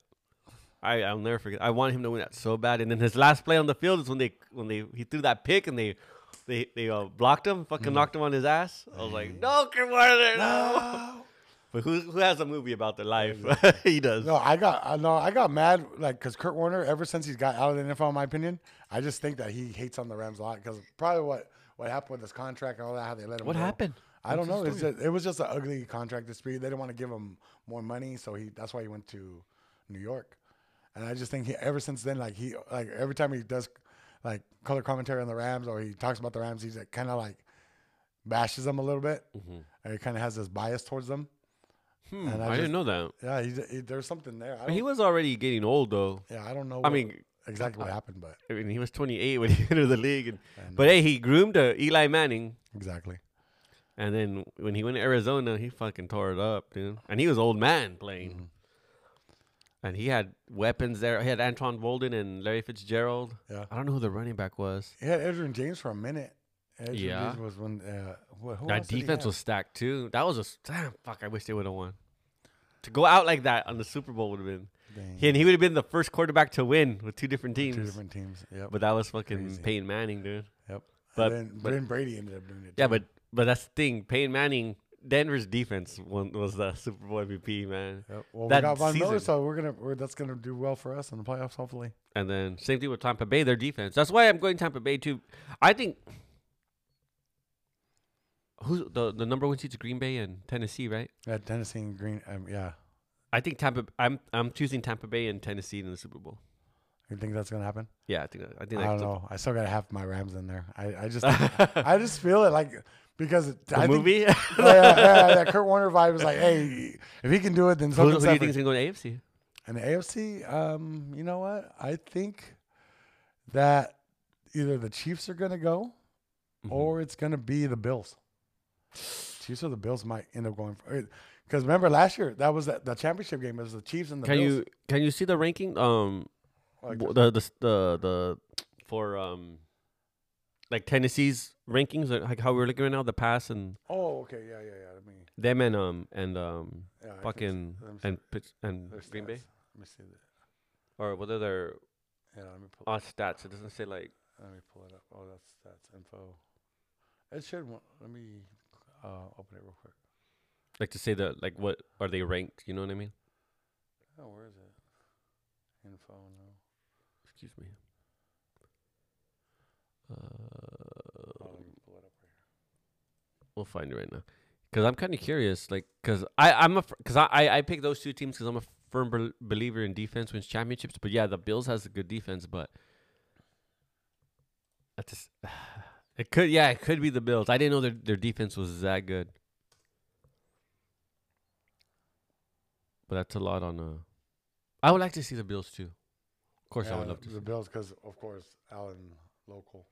I, I'll never forget. I wanted him to win that so bad, and then his last play on the field is when they when they he threw that pick and they they they uh, blocked him, fucking knocked him on his ass. I was like, no, Kurt Warner, no.
No,
But who who has a movie about their life? he does.
no, I got I know I got mad like because Kurt Warner ever since he's got out of the NFL, in my opinion, I just think that he hates on the Rams a lot because probably what what happened with his contract and all that, how they let him.
What
go.
happened?
I
What's
don't
the
know. It's
story?
just, it was just an ugly contract dispute. They didn't want to give him more money, so he that's why he went to New York. And I just think he, ever since then, like he like every time he does like color commentary on the Rams or he talks about the Rams, he's like, kind of like bashes them a little bit,
Mm-hmm.
and he kind of has this bias towards them.
Hmm,
and I
I, didn't
just-
know that.
Yeah, he, he, there's something there. I
But he
don't-
was already getting old though.
yeah, I don't know.
I
what-
mean,
exactly what happened, but
I mean, he was 28 when he entered the league. And,
and-
but hey, he groomed uh, Eli Manning,
exactly.
and then when he went to Arizona, he fucking tore it up, dude. And he was old man playing,
Mm-hmm.
and he had weapons there. He had Antoine Bolden and Larry Fitzgerald.
Yeah.
I don't know who the running back was.
He had Edwin James for a minute. Edwin
Yeah.
James was when uh, what, who
that
else did he
defense
have?
was stacked too. That was a s- damn fuck. I wish they would have won. To go out like that on the Super Bowl would have been.
Dang.
He, and he would have been the first quarterback to win with two different teams.
Mm. two different teams. Yep.
But that was fucking
Crazy.
Peyton Manning, dude.
Yep.
But-
But, then,
but-
then Brady ended up doing it.
Yeah,
too.
but but that's the thing. Peyton Manning, Denver's defense won, was the Super Bowl MVP, man.
Yep. well,
that
we got Von Miller,
season-
so we're gonna we're, that's gonna do well for us in the playoffs, hopefully.
And then same thing with Tampa Bay, their defense. That's why I'm going Tampa Bay too. I think who's the the number one seed's Green Bay and Tennessee, right?
Yeah, Tennessee and Green. Um, yeah,
I think Tampa. I'm I'm choosing Tampa Bay and Tennessee in the Super Bowl.
you think that's gonna happen?
Yeah, I think that- I think
I don't
that's the,
know. I still got half my Rams in there. I, I just I just feel it like because it-
the
I think- Oh,
movie.
yeah, yeah, yeah, yeah, Kurt Warner vibe was like, hey, if he can do it, then
who,
so
who do
can
you
Stafford.
think is going to go to AFC?
And the AFC, um, you know what? I think that either the Chiefs are going to go
Mm-hmm.
or it's going to be the Bills. Chiefs or the Bills might end up going for it. Because remember last year, that was the, the championship game. It was the Chiefs and the
Can
Bills.
you can you see the ranking? Um,
Like,
w- the the s- the, the for um, like Tennessee's rankings, uh, like like how we're looking right now, the pass and
oh, okay. Yeah, yeah, yeah. Let me,
them and um and um
yeah, I can see
fucking
let me see
and Pitts and
their
Green
stats.
Bay
Let me see that.
or what are their
Yeah, let me pull.
odd stats? It doesn't say like
Let me pull it up. Oh, that's that's info. It should. wa- Let me uh, open it real quick.
like to say that like what are they ranked? You know what I mean?
Oh, where is it? Info. No.
Excuse me. Uh,
Oh, let me pull it up right
we'll find it right now. Cause I'm kind of curious, like, cause I I'm a fir- cause I I, I pick those two teams because I'm a firm bel believer in defense wins championships. But yeah, the Bills has a good defense, but that's just, it could yeah it could be the Bills. I didn't know their their defense was that good. But that's a lot on uh. I would like to see the Bills too. Of course,
here.
I would
Yeah,
love to.
the
See.
Bills because, of course, Allen local.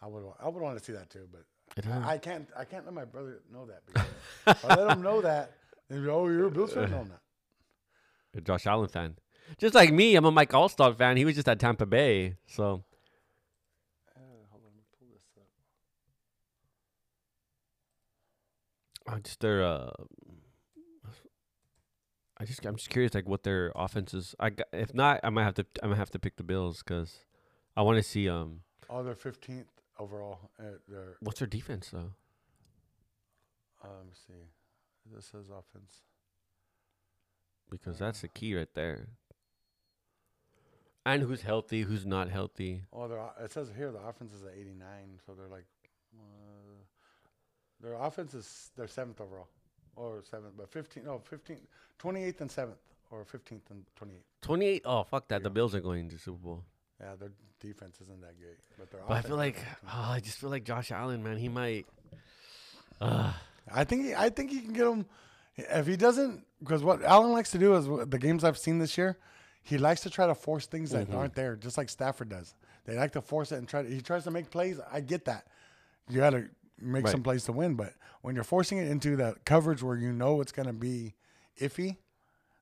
I would. wa- I would want to see that too, but
It doesn't-
I, I can't. I can't let my brother know that because if I let him know that. And oh, you're a Bills fan? No, I'm not.
a Josh Allen fan. Just like me, I'm a Mike Allstott fan. He was just at Tampa Bay, so
Uh, hold on, let me pull this up.
I just their. Uh, I just I'm just curious, like what their offense is. I g- if not, I might have to I might have to pick the Bills because I want to see um
Oh, they're 15th overall. Uh, they're
what's their defense though.
uh, let me see. This is offense.
Because that's the key right there. And who's healthy, who's not healthy.
Oh, their o- it says here the offense is at 89, so they're like, uh, their offense is they're seventh overall, or seventh, but 15, no, 15, 28th and seventh, or 15th and 28th.
28. Oh fuck that! The
Yeah.
Bills are going to Super Bowl.
Yeah, their defense isn't that great, but their
But I
offense
feel
is
like
fucking-
oh, I just feel like Josh Allen, man. He might. Uh,
I think he, I think he can get him if he doesn't because what Allen likes to do is wh- the games I've seen this year, he likes to try to force things that
Mm-hmm.
aren't there, just like Stafford does. They like to force it and try. To, he tries to make plays. I get that. You got to make
Right.
some plays to win, but when you're forcing it into that coverage where you know it's going to be iffy,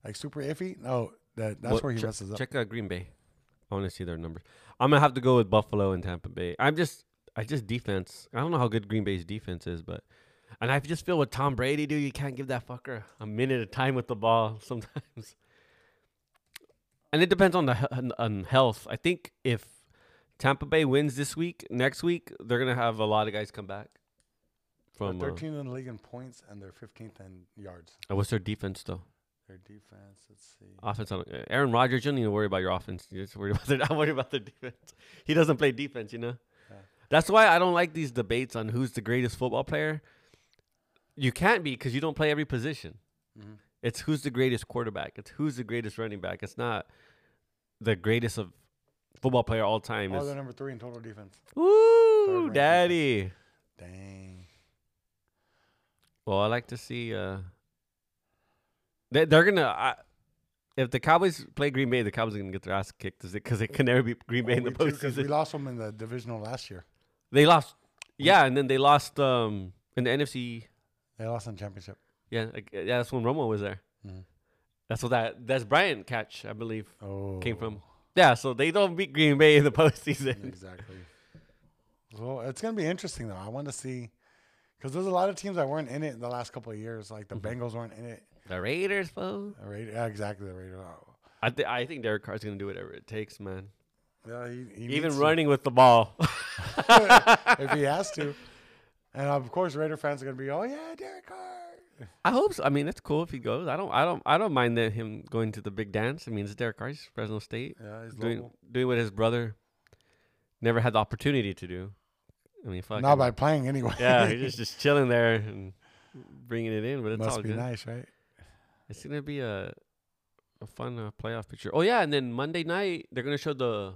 like super iffy, no, that that's
Well,
where he
che-
messes up.
Check out Green Bay. I want to see their numbers. I'm gonna have to go with Buffalo and Tampa Bay. I'm just, I just defense. I don't know how good Green Bay's defense is, but, and I just feel with Tom Brady, dude, you can't give that fucker a minute of time with the ball sometimes. And it depends on the he- on- on health. I think if Tampa Bay wins this week, next week they're gonna have a lot of guys come back.
They're
From uh,
13th in the league in points and they're 15th in yards.
and what's their defense though?
Their defense, let's see.
Offense. I don't- uh, Aaron Rodgers, you don't need to worry about your offense. You just worry about their, I worry about their defense. He doesn't play defense, you know.
Yeah.
That's why I don't like these debates on who's the greatest football player. You can't be because you don't play every position.
Mhm.
It's who's the greatest quarterback. It's who's the greatest running back. It's not the greatest of football player all time.
Oh, they're
Is
number three in total defense.
ooh,
ranked defense.
daddy.
Dang.
Well, I like to see. Uh, they, they're gonna. I, if the Cowboys play Green Bay, the Cowboys are gonna get their ass kicked because they can never beat Green Bay in the
Oh, We do, 'cause
postseason.
We lost them in the divisional last year.
they lost. Yeah, and then they lost um in the NFC.
They lost in championship.
Yeah, like, yeah, that's when Romo was there.
Mhm.
That's what that that's Bryant catch I believe
Oh, Mm.
came from. Yeah, so they don't beat Green Bay in the postseason.
exactly. So it's gonna be interesting though. I want to see because there's a lot of teams that weren't in it in the last couple of years. Like the
Mm-hmm.
Bengals weren't in it.
The Raiders, fool.
The Raiders, yeah, exactly. The Raiders. Oh,
I th- I think Derek Carr's gonna do whatever it takes, man.
Yeah, he, he needs
Even
to,
running with the ball.
if he has to. And of course, Raider fans are gonna be, oh yeah, Derek Carr.
I hope so. I mean, it's cool if he goes. I don't. I don't. I don't mind that him going to the big dance. I mean, it's Derek Carr, he's Fresno State,
Yeah, he's
doing
local.
doing what his brother never had the opportunity to do. I mean, fuck.
Not
him.
by playing anyway.
yeah, he's just just chilling there and bringing it in. But it's all
must be
good.
nice, right?
It's gonna be a a fun uh, playoff picture. Oh yeah, and then Monday night they're gonna show the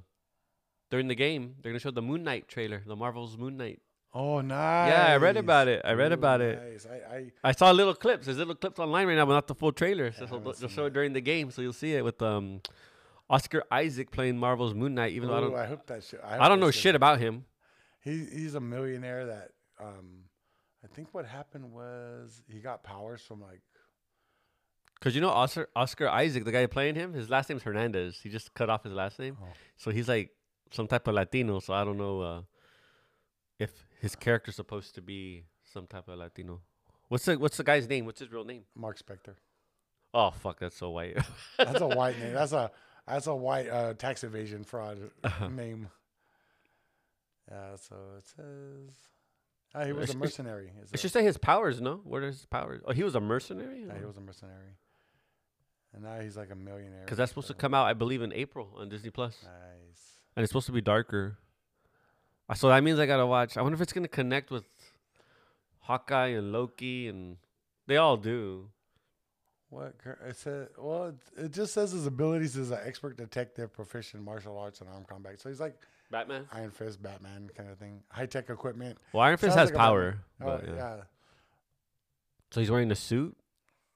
during the game they're gonna show the Moon Knight trailer, the Marvel's Moon Knight.
Oh, nice.
Yeah, I read about it. I read
Ooh,
about it.
Nice. I, I
I saw little clips. There's little clips online right now, but not the full trailer. So they'll,
haven't
they'll
seen
show it during the game, so you'll see it with um, Oscar Isaac playing Marvel's Moon Knight, even though I
Ooh,
don't,
I hope that shit. hope
I don't know
that's
shit about him.
He he's a millionaire that um, I think what happened was he got powers from like
Cause you know Oscar Oscar Isaac, the guy playing him, his last name's Hernandez. He just cut off his last name,
Oh.
so he's like some type of Latino. So I don't know uh, if his character's supposed to be some type of Latino. What's the What's the guy's name? What's his real name?
Mark Spector.
Oh fuck, that's so white.
That's a white name. That's a that's a white uh, tax evasion fraud name. Yeah, so it says Ah, he was
It's-
a mercenary. It
I
says.
should say his powers. No, what are his powers? Oh, he was a mercenary.
Yeah, he was a mercenary, and now he's like a millionaire.
Because that's supposed to come out, I believe, in April on Disney Plus,
Nice.
and it's supposed to be darker. Uh, So that means I gotta watch. I wonder if it's gonna connect with Hawkeye and Loki, and they all do.
What cur- it said? Well, it- it just says his abilities is an expert detective, proficient in martial arts and armed combat. So he's like
Batman.
Iron Fist, Batman kind of thing. High tech equipment.
Well, Iron Fist has
Sounds like a
power.
Oh
but,
yeah,
yeah.
yeah.
So he's wearing a suit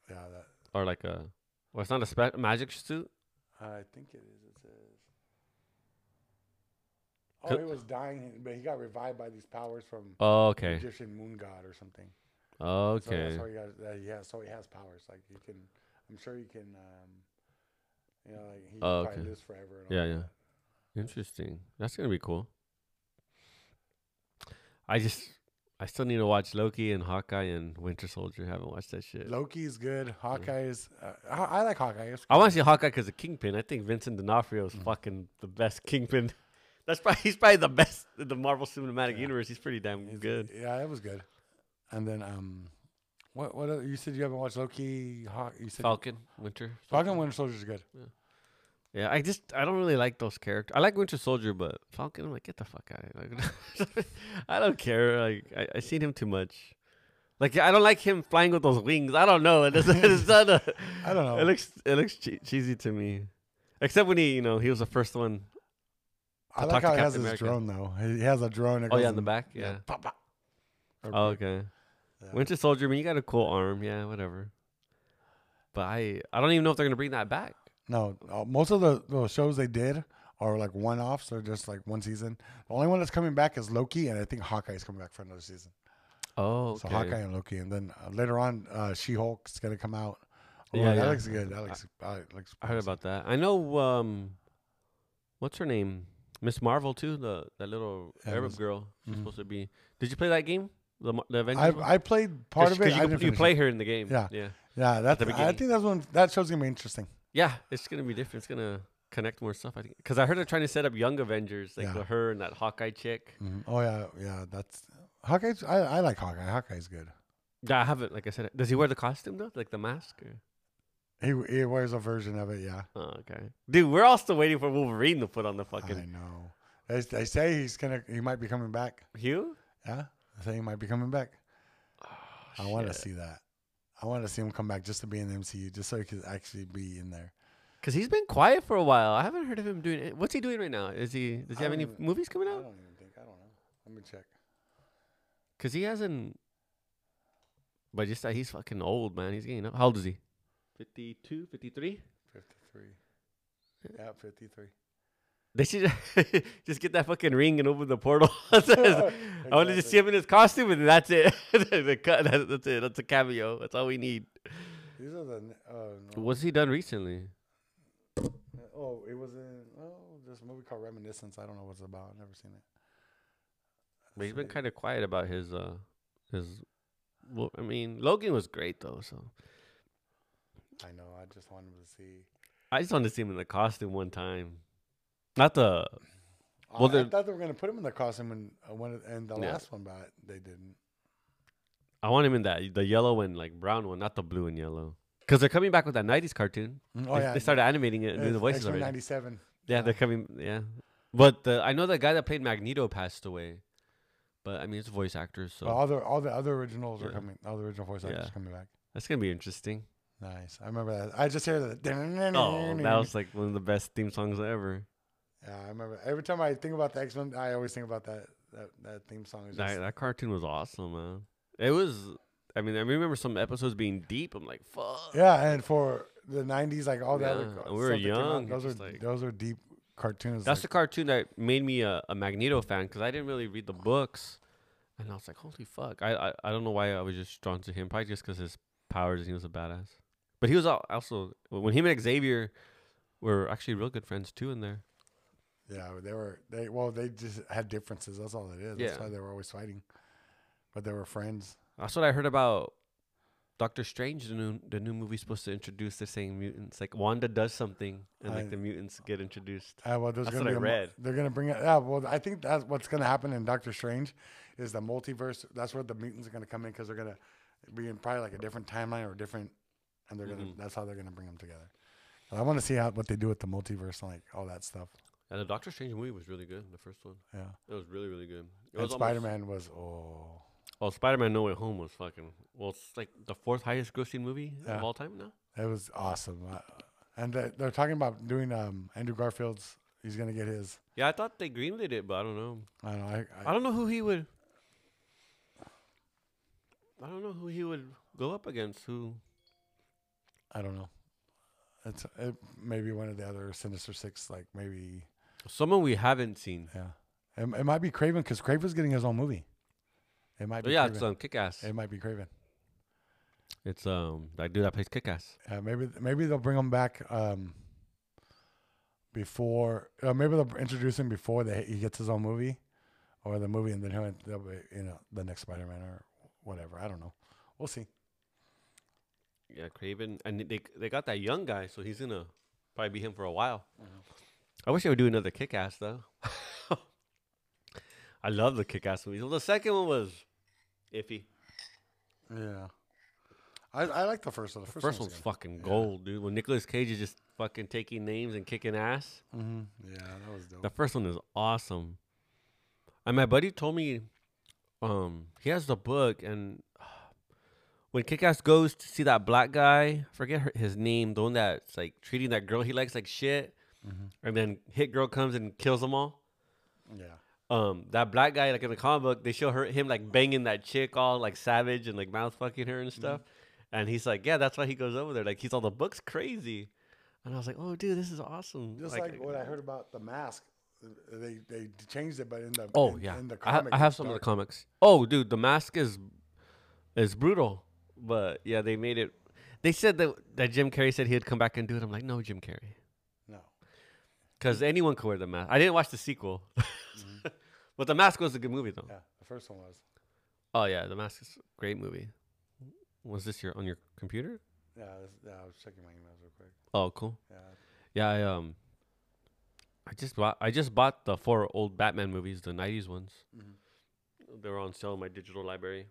that,
or like a. Well, it's not a spe- magic suit.
I think it is. It says.
Co-
Oh, he was dying, but he got revived by these powers from
Oh, okay.
Egyptian moon god or something. So
Okay.
that's why he got that. Yeah, so he has powers. Like he can, I'm sure he can. Um, you know, like he
Oh, okay.
probably lives forever. And
Yeah,
all
yeah.
that.
Interesting. That's gonna be cool. I just, I still need to watch Loki and Hawkeye and Winter Soldier. haven't watched that shit.
Loki's good. Hawkeye is. Uh, I, I like Hawkeye. It's
I want
good.
to see Hawkeye because of Kingpin. I think Vincent D'Onofrio is fucking the best Kingpin. That's probably he's probably the best in the Marvel Cinematic
Yeah.
Universe. He's pretty damn
It's-
good.
Yeah, it was good. And then um, what what other, you said you haven't watched Loki? Hawk. You said
Falcon, Winter.
Falcon Winter Soldier's good.
Yeah, I just I don't really like those characters. I like Winter Soldier, but Falcon, I'm like, get the fuck out of here. Like, I don't care. Like I, I seen him too much. Like I don't like him flying with those wings. I don't know. It is, it's not a,
I don't know.
It looks it looks che- cheesy to me. Except when he, you know, he was the first one.
I
to talk
like
to
how he has
Captain
his
America.
drone though. He has a drone. that
Oh
goes
yeah, in the
and-
back. Yeah.
pop, pop. Or-
Oh, okay.
yeah.
Winter Soldier. I mean, you got a cool arm. Yeah, whatever. But I I don't even know if they're gonna bring that back.
No, uh, most of the, the shows they did are like one offs or just like one season. The only one that's coming back is Loki, and I think Hawkeye's coming back for another season.
Oh, okay.
So Hawkeye and Loki, and then uh, later on, uh, She Hulk's gonna come out. Oh,
Yeah,
that
yeah.
looks good. That looks. Uh, looks
I heard about that. I know. Um, what's her name? Miss Marvel too. The that little
Yeah,
Arab
Miss-
girl. She's
mhm.
supposed to be. Did you play that game? The Mar- the Avengers. one?
I, I played part
'Cause-
of it.
'cause
I
You,
didn't
you
finish
play
it.
her in the game.
Yeah.
Yeah.
Yeah, that's.
the
I
beginning.
think that's one. That show's gonna be interesting.
Yeah. It's gonna be different. It's gonna connect more stuff. I think because I heard they're trying to set up young Avengers, like
Yeah.
with her and that Hawkeye chick.
Mhm. Oh yeah, yeah. That's Hawkeye's. I, I like Hawkeye. Hawkeye's good.
Yeah, I haven't. Like I said, does he wear the costume though? Like the mask? Or?
He he wears a version of it. Yeah.
Oh, okay. Dude, we're all still waiting for Wolverine to put on the fucking
I know. They, they say he's gonna. He might be coming back.
Hugh.
Yeah, I think he might be coming back. I want to see that. I want to see him come back just to be in the MCU, just so he could actually be in there.
Cause he's been quiet for a while. I haven't heard of him doing. It. What's he doing right now? Is he? Does he
I
have
don't
any
even-
movies coming
I
out?
don't even think. I don't know. Let me check.
Cause he hasn't. But just that he's fucking old, man. He's getting up. How old is he? 52, 53?
Fifty-three. Yeah, fifty-three.
They should just get that fucking ring and open the portal. I want to just see him in his costume, and that's it. The cut- that's that's it. That's a cameo. That's all we need.
These are the. n- Oh no.
What's he done recently?
Oh, it was in. Oh, this movie called Reminiscence. I don't know what it's about. I've never seen it.
But he's been
Somebody-
kind of quiet about his uh his. Well, I mean, Logan was great though. So
I know. I just wanted to see.
I just wanted to see him in the costume one time, not the
Oh,
Well,
I
there-
thought they were gonna put him in the costume in uh, one in the
Yeah.
last one, but they didn't.
I want him in that the yellow and like brown one, not the blue and yellow. Because they're coming back with that '90s cartoon.
Oh
they,
yeah,
they started animating it and doing the voices already.
Ninety-seven.
Yeah,
yeah.
they're coming. Yeah, but the, I know the guy that played Magneto passed away. But I mean, it's a voice actor, so
But all the all the other originals are
Yeah.
coming. All the original voice actors
Yeah.
coming back.
that's gonna be interesting.
Nice. I remember that. I just hear that.
Oh, that was like one of the best theme songs ever.
Yeah, I remember. Every time I think about the X Men, I always think about that that, that theme song. It's
That,
Just,
that cartoon was awesome, man. It was. I mean, I remember some episodes being deep. I'm like, fuck.
yeah, and for the '90s, like all that.
Yeah,
other
and we were
stuff that came out,
young,
Those are
just like-
those are deep cartoons.
That's the
like,
cartoon that made me a, a Magneto fan because I didn't really read the books, and I was like, "Holy fuck!" I I, I don't know why I was just drawn to him. Probably just because his powers and he was a badass. But he was al- also when him and Xavier were actually real good friends too. In there,
yeah, they were they well they just had differences. That's all it is. That's
Yeah.
why they were always fighting, but they were friends.
that's what I heard about Doctor Strange. The new the new movie's supposed to introduce the same mutants. Like Wanda does something, and
I-
like the mutants get introduced.
Uh, well, there's
That's what
gonna be
I
a mu-
read.
They're gonna bring it. Yeah, well, I think that's what's gonna happen in Doctor Strange, is the multiverse. That's where the mutants are gonna come in because they're gonna be in probably like a different timeline or different, and they're gonna.
Mm-hmm.
That's how they're gonna bring them together. And I want to see how what they do with the multiverse and like all that stuff.
And the Doctor Strange movie was really good. The first one,
Yeah,
it was really really good. It
and
was almost-
Spider Man was oh
Oh, Spider Man No Way Home was fucking. Well, it's like the fourth highest grossing movie
Yeah.
of all time now.
it was awesome, uh, and they, they're talking about doing um Andrew Garfield's. He's gonna get his.
Yeah, I thought they greenlit it, but I don't know.
I don't know. I, I,
I don't know who he would. I don't know who he would go up against. Who?
I don't know. It's it, maybe one of the other Sinister Six, like maybe
Someone we haven't seen.
Yeah, it, it might be Craven because Craven's getting his own movie. It might
But
be
yeah, it's
Craven.
um, Kick Ass.
it might be Craven.
It's um that dude that plays Kick Ass.
Uh, maybe maybe they'll bring him back um, before. Uh, maybe they'll introduce him before they, he gets his own movie, or the movie, and then he'll they'll be you know the next Spider Man or whatever. I don't know. We'll see.
Yeah, Craven, and they they got that young guy, so he's gonna probably be him for a while. I wish they would do another Kick Ass though. I love the Kick Ass movies. Well, the second one was iffy.
Yeah, I, I like the first one. The first,
First one's fucking gold, dude. When Nicolas Cage is just fucking taking names and kicking ass.
hmm Yeah, that was dope.
The first one is awesome. And my buddy told me um he has the book and when Kick-Ass goes to see that black guy, I forget her, his name, the one that's like treating that girl he likes like shit,
Mm-hmm.
and then Hit Girl comes and kills them all.
yeah,
Um, that black guy like in the comic book, they show her him like banging that chick all like savage and like mouth fucking her and stuff.
Mm-hmm.
And he's like, yeah, that's why he goes over there. Like he's all the books crazy. And I was like, oh, dude, this is awesome.
just like, what I heard about the mask. They they changed it, but in the
Oh
in,
yeah,
in the
I ha-
comic
I,
it's
have some of
dark.
the comics. Oh, dude, the mask is is brutal, but yeah, they made it. They said that that Jim Carrey said he'd come back and do it. I'm like, no, Jim Carrey,
No.
because anyone could wear the mask. I didn't watch the sequel, but the mask was a good movie though.
Mm-hmm. Yeah, the first one was.
Oh yeah, the mask is a great movie. Was this your on your computer?
Yeah, this, yeah, I was checking my emails real quick.
Oh, cool.
Yeah,
Yeah, I um, I just bought I just bought the four old Batman movies, the '90s ones.
Mhm.
They were on sale in my digital library. I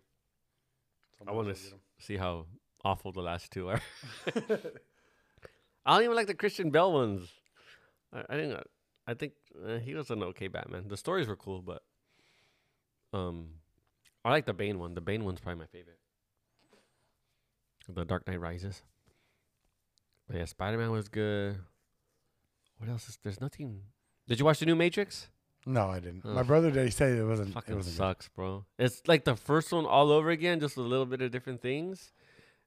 someone
want to
else will
see how awful the last two are.
get 'em.
I don't even like the Christian Bell ones. I, I think I think uh, he was an okay Batman. The stories were cool, but um, I like the Bane one. The Bane one's probably my favorite. The Dark Knight Rises. But yeah, Spider Man was good. What else is there's nothing? Did you watch the new Matrix?
no, I didn't. My
Ugh.
brother did. He said it wasn't. it
Fucking
wasn't good.
sucks, bro. It's like the first one all over again, just a little bit of different things,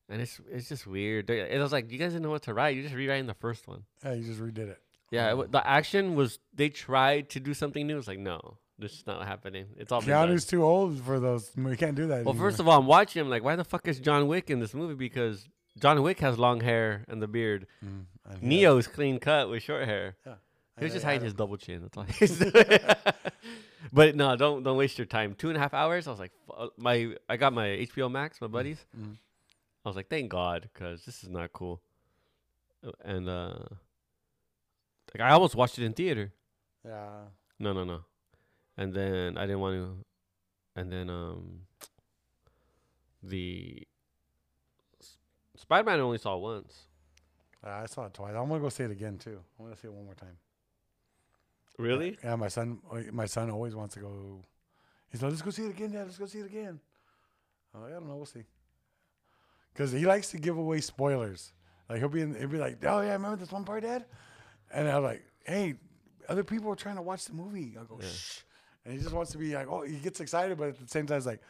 and it's it's just weird. They- It was like you guys didn't know what to write. You're just rewriting the first one.
Yeah, you just redid it.
Yeah, it w- the action was they tried to do something new. It's like no, this is not happening. It's all been done.
Keanu's too old for those. We can't do that.
Well, first of all, I'm watching. I'm like, why the fuck is John Wick in this movie? Because John Wick has long hair and the beard.
Mm,
Neo's clean cut with short hair. He was just hiding his double chin. That's all. He's doing. but no, don't don't waste your time. Two and a half hours. I was like, fu- uh, my I got my HBO Max, my buddies.
mhm.
I was like, thank God, because this is not cool. Uh, And uh, like I almost watched it in theater.
Yeah,
No, no, no. And then I didn't want to. And then um, the Spider Man only saw once.
I saw it twice. I'm gonna go see it again too. I'm gonna see it one more time.
Really?
Yeah, my son. uh, My son always wants to go. He's like, let's go see it again, Dad. Let's go see it again. I'm like, I don't know. We'll see. Because he likes to give away spoilers. Like he'll be in, he'll be like, oh yeah, remember this one part, Dad? And I'm like, hey, other people are trying to watch the movie. I go shh, and he just wants to be like, oh, he gets excited, but at the same time, it's like,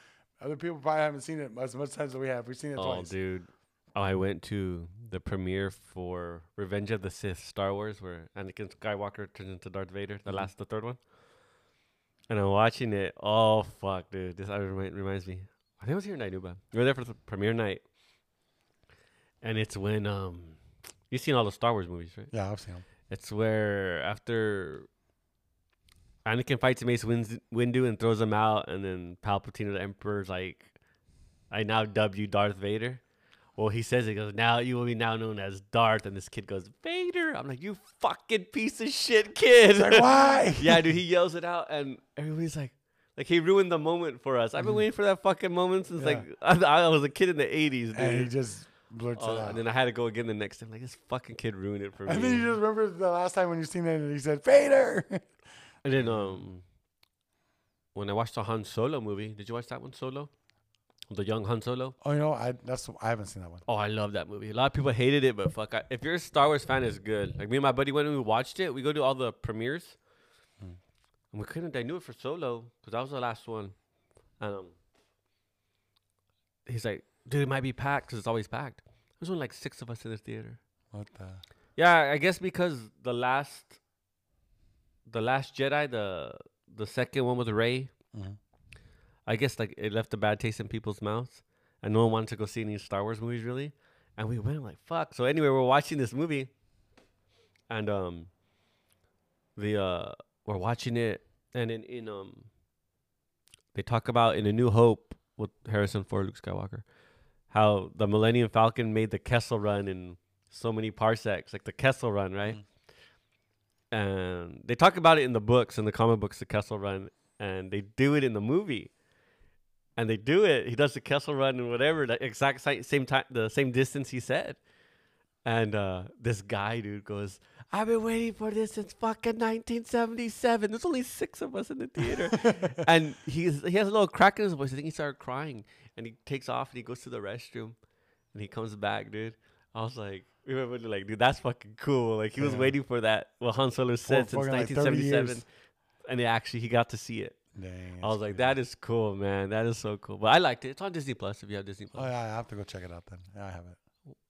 other people probably haven't seen it as much times as we have. We've seen it
Oh,
twice.
dude. Oh, I went to the premiere for Revenge of the Sith, Star Wars, where Anakin Skywalker turns into Darth Vader, the last, the third one. And I'm watching it. Oh fuck, dude! This always remi- reminds me. I think it was here in Inuba. We were there for the premiere night, and it's when um, you've seen all the Star Wars movies, right?
Yeah, I've seen them.
It's where after Anakin fights Mace Windu, Windu and throws him out, and then Palpatine, the Emperor's like, "I now dub you Darth Vader." Well, he says it he goes now you will be now known as Darth, and this kid goes Vader. I'm like, you fucking piece of shit, kid.
Like, why?
yeah, dude, he yells it out, and everybody's like, like he ruined the moment for us. I've been waiting for that fucking moment since
Mm-hmm. Yeah.
like I, I was a kid in the '80s,
And he
dude.
just blurts
Oh,
it out.
and then I had to go again the next time. Like this fucking kid ruined it for me.
And then you just remember the last time when you seen it, and he said Vader.
And then um, when I watched the Han Solo movie, did you watch that one Solo? The young Han Solo.
oh, you know, I that's I haven't seen that one.
Oh, I love that movie. A lot of people hated it, but fuck, I, if you're a Star Wars fan, it's good. Like me and my buddy when we watched it, we go to all the premieres, Mm. and we couldn't. I knew it for Solo because that was the last one. And um, he's like, "Dude, it might be packed because it's always packed." There's only like six of us in the theater.
What the?
Yeah, I guess because the last, the last Jedi, the the second one with Ray,
Mhm.
I guess like it left a bad taste in people's mouths, and no one wanted to go see any Star Wars movies really. And we went like fuck. So anyway, we're watching this movie, and um, the uh, we're watching it, and in in um, they talk about in A New Hope with Harrison Ford, Luke Skywalker, how the Millennium Falcon made the Kessel Run in so many parsecs, like the Kessel Run, right? And they talk about it in the books, in the comic books, the Kessel Run, and they do it in the movie. And they do it. He does the Kessel Run and whatever, the exact si- same time, the same distance he said. And uh, this guy, dude, goes, I've been waiting for this since fucking 1977. There's only six of us in the theater. and he's, he has a little crack in his voice. I think he started crying. And he takes off and he goes to the restroom. And he comes back, dude. I was like, we were really like, dude, that's fucking cool. Like, he was
Yeah.
waiting for that, what Han Solo said since
fucking, like, 30
1977.
years.
and he actually, he got to see it.
Dang.
I was like, that is cool, man. That is so cool. But I liked it. It's on Disney Plus if you have Disney
Oh
Plus.
yeah, I have to go check it out then. Yeah, I haven't.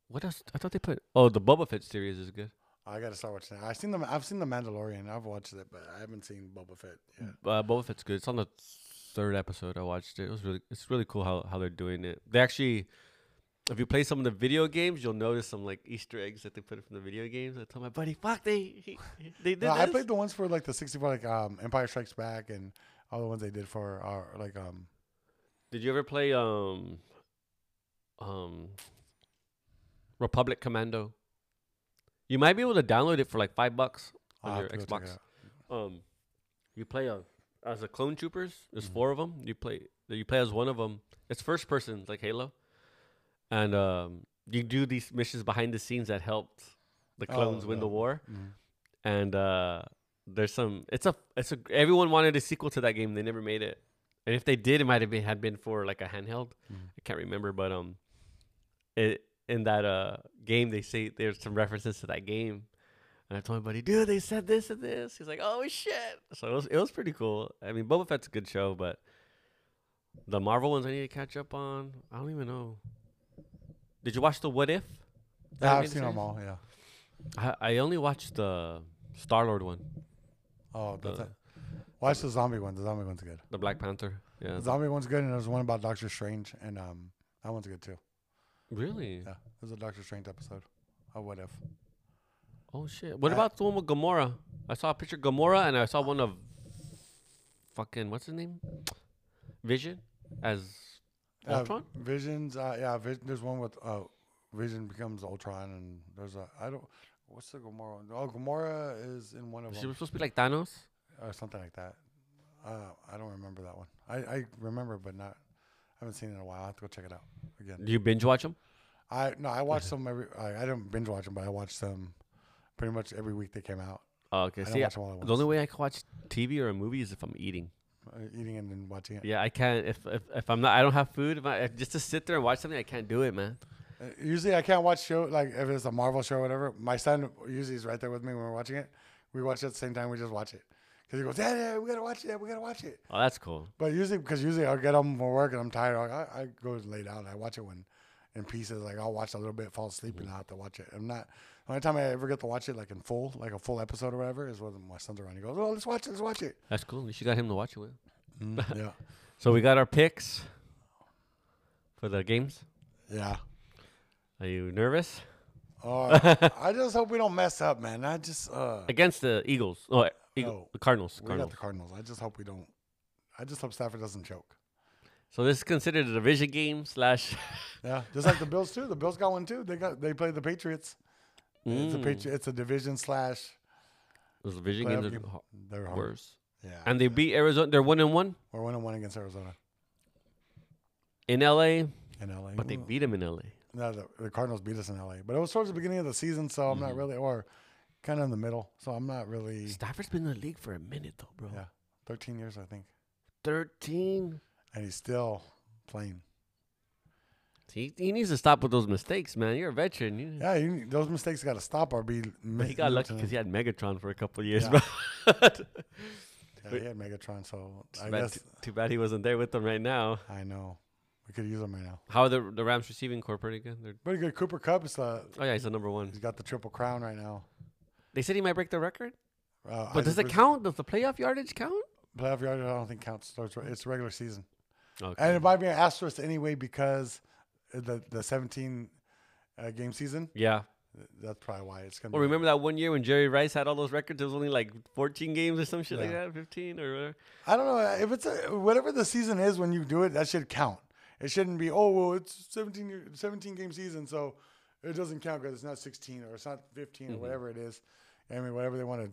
What else? I thought they put. Oh, the Boba Fett series is good.
I gotta start watching. That. I've seen them. I've seen the Mandalorian. I've watched it, but I haven't seen Boba Fett yet.
Uh, Boba Fett's good. It's on the third episode. I watched it. It was really. It's really cool how how they're doing it. They actually, if you play some of the video games, you'll notice some like Easter eggs that they put in from the video games. I told my buddy, fuck, they he, they did
No, I
this.
played the ones for like the 64, like um, Empire Strikes Back, and all the ones they did for our like um.
Did you ever play um um Republic Commando? You might be able to download it for like five bucks
I'll
on your
have to go check it
Xbox.
out.
Um, you play a, as a clone troopers. There's four of them. You play you play as one of them. It's first person, it's like Halo, and um, you do these missions behind the scenes that helped the
Oh,
clones win the
yeah.
war.
Mhm.
And uh, there's some. It's a it's a everyone wanted a sequel to that game. They never made it. And if they did, it might have been had been for like a handheld. I can't remember, but um, it in that uh game they say there's some references to that game, and I told my buddy, dude, they said this and this. He's like, oh shit! So it was it was pretty cool. I mean, Boba Fett's a good show, but the Marvel ones I need to catch up on. I don't even know. Did you watch the What If? Animated
Yeah, I've seen
series?
them all. Yeah.
I, I only watched the Star Lord one,
Oh, that's
The-
it. Watch the zombie one. The zombie one's good.
the Black Panther. Yeah,
The zombie one's good, and there's one about Doctor Strange, and um, that one's good too.
really?
Yeah, there's a Doctor Strange episode. Oh, what if?
Oh shit! What
I-
about the one with Gamora? I saw a picture of Gamora, and I saw one of fucking what's his name, Vision, as
Uh,
Ultron.
Visions. Uh, yeah, Vis- there's one with uh, Vision becomes Ultron, and there's a I don't. What's the Gamora? one? Oh, Gamora is in one of
she
them,
was supposed to be like Thanos.
or something like that. Uh, I don't remember that one. I, I remember, but not. I haven't seen it in a while. I will have to go check it out again.
Do you binge watch them?
I no, I watched them every. I, I didn't binge watch them, but I watched them pretty much every week they came out.
Oh, okay.
I don't
See,
watch them all at
the only way I can watch TV or a movie is if I'm eating.
Uh, eating and then watching it.
Yeah, I can't. If if, if I'm not, I don't have food. If I if just to sit there and watch something, I can't do it, man.
Uh, Usually, I can't watch show like if it's a Marvel show or whatever. My son usually is right there with me when we're watching it. We watch it at the same time. We just watch it because he goes, "Dad, yeah, we gotta watch it. We gotta watch it."
Oh, that's cool.
But usually, because usually I'll get home from work and I'm tired. I, I go lay down. I watch it when in pieces. Like I'll watch a little bit, fall asleep, and I have to watch it. I'm not. The only time I ever get to watch it like in full, like a full episode or whatever, is when my son's around. He goes, "Oh, let's watch it, let's watch it."
That's cool. You should got him to watch it with.
yeah,
So we got our picks for the games.
yeah.
Are you nervous
Uh, I just hope we don't mess up, man. I just uh,
against the Eagles? Oh, Eagle,
No.
the Cardinals.
we got
Cardinals.
the Cardinals. I just hope we don't. I just hope Stafford doesn't choke.
so this is considered a division game slash.
Yeah, just like the Bills too. The Bills got one too. They got they play the Patriots. It's a
Mm.
Patri- It's a division slash.
Those division
playoff
games are
game. Uh-huh.
ho-
They're hard.
worse.
Yeah,
And they beat Arizona. They're one and one
we're one and one against Arizona
in LA,
in LA.
but they
Well,
beat them in LA.
No, the, the Cardinals beat us in LA, but it was towards the beginning of the season, so I'm
Mm-hmm.
not really, or kind of in the middle, so I'm not really.
Stafford's been in the league for a minute though, bro.
Yeah, 13 years I think,
Thirteen.
and he's still playing.
He, he needs to stop with those mistakes, man. You're a veteran. You,
Yeah, you, those mistakes got to stop or be.
But he got lucky because he had Megatron for a couple years,
Yeah.
bro.
yeah, he had Megatron, so
Too
I
bad-
guess
too, bad he wasn't there with them right now.
I know we could use him right now.
How are the the Rams receiving core pretty good? They're,
Pretty good. Cooper Cup is uh,
oh yeah, he's the number one.
he's got the triple crown right now.
They said he might break the record,
Uh,
but does
Isaac
it count? Does the playoff yardage count?
Bruce- Playoff yard, I don't think counts. So It's, it's regular season.
Okay.
And it might be an asterisk anyway because the the 17 uh, game season.
yeah.
That's probably why it's gonna.
Well,
be-
remember that one year when Jerry Rice had all those records? It was only like 14 games or some shit like
Yeah.
that, 15 or whatever.
I don't know if it's a, whatever the season is when you do it. That should count. It shouldn't be oh well it's 17 year, 17 game season so it doesn't count because it's not 16 or it's not 15
Mm-hmm.
or whatever it is. I mean whatever they want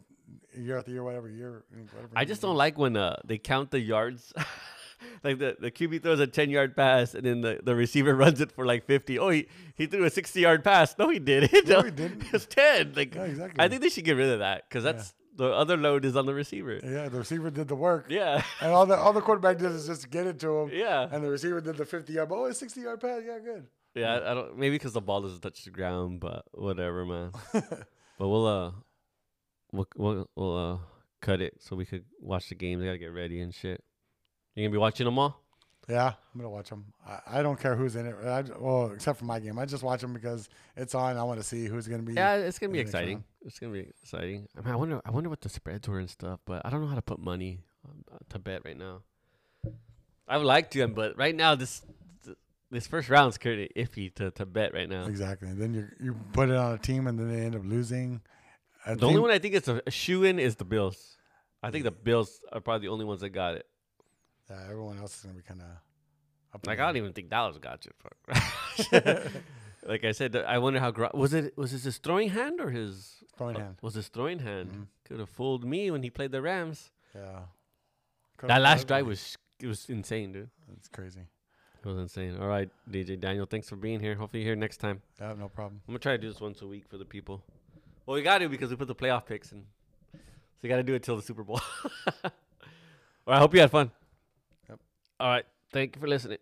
to year after year whatever year whatever.
I just don't like when uh, they count the yards. like the, the QB throws a 10 yard pass and then the, the receiver runs it for like 50. Oh, he, he threw a 60 yard pass. No, he didn't.
No, he didn't.
It's 10. Like,
Yeah, exactly.
I think they should get rid of that because that's the other load is on the receiver.
Yeah, the receiver did the work.
Yeah.
And all the all the quarterback did is just get it to him.
Yeah.
And the receiver did the 50 yard. Oh, it's 60 yard pass. Yeah, good.
Yeah. I- I don't, maybe because the ball doesn't touch the ground, but whatever, man. but we'll, uh, we'll, we'll, we'll, uh, cut it so we could watch the game. They got to get ready and shit. You going to be watching them all?
Yeah, I'm gonna watch them. I, I don't care who's in it. I, well, except for my game, I just watch them because it's on. I want to see who's gonna be.
Yeah, it's gonna be
in the next
exciting.
round.
It's gonna be exciting. I mean, I wonder, I wonder what the spreads were and stuff, but I don't know how to put money on, uh, to bet right now. I would like to, but right now this th- this first round's kind of iffy to, to bet right now.
Exactly. Then you you put it on a team and then they end up losing. I
The only
think-
one I think it's a, a shoe in is the Bills. I think the Bills are probably the only ones that got it.
Yeah, everyone else is gonna be kind of.
Like I don't even think Dallas got you. Fuck. like I said, I wonder how Gro- was it was this his throwing hand or his
throwing
uh,
hand. Mm-hmm.
was his throwing hand could have fooled me when he played the Rams.
Yeah. Oh,
That last drive was it was insane, dude.
It's crazy.
It was insane. All right, DJ Daniel, thanks for being here. Hopefully you're here next time.
Yeah, no problem.
I'm gonna try to do this once a week for the people. Well, we gotta because we put the playoff picks in. So you gotta do it till the Super Bowl. All right, I hope you had fun.
Yep.
All right, thank you for listening.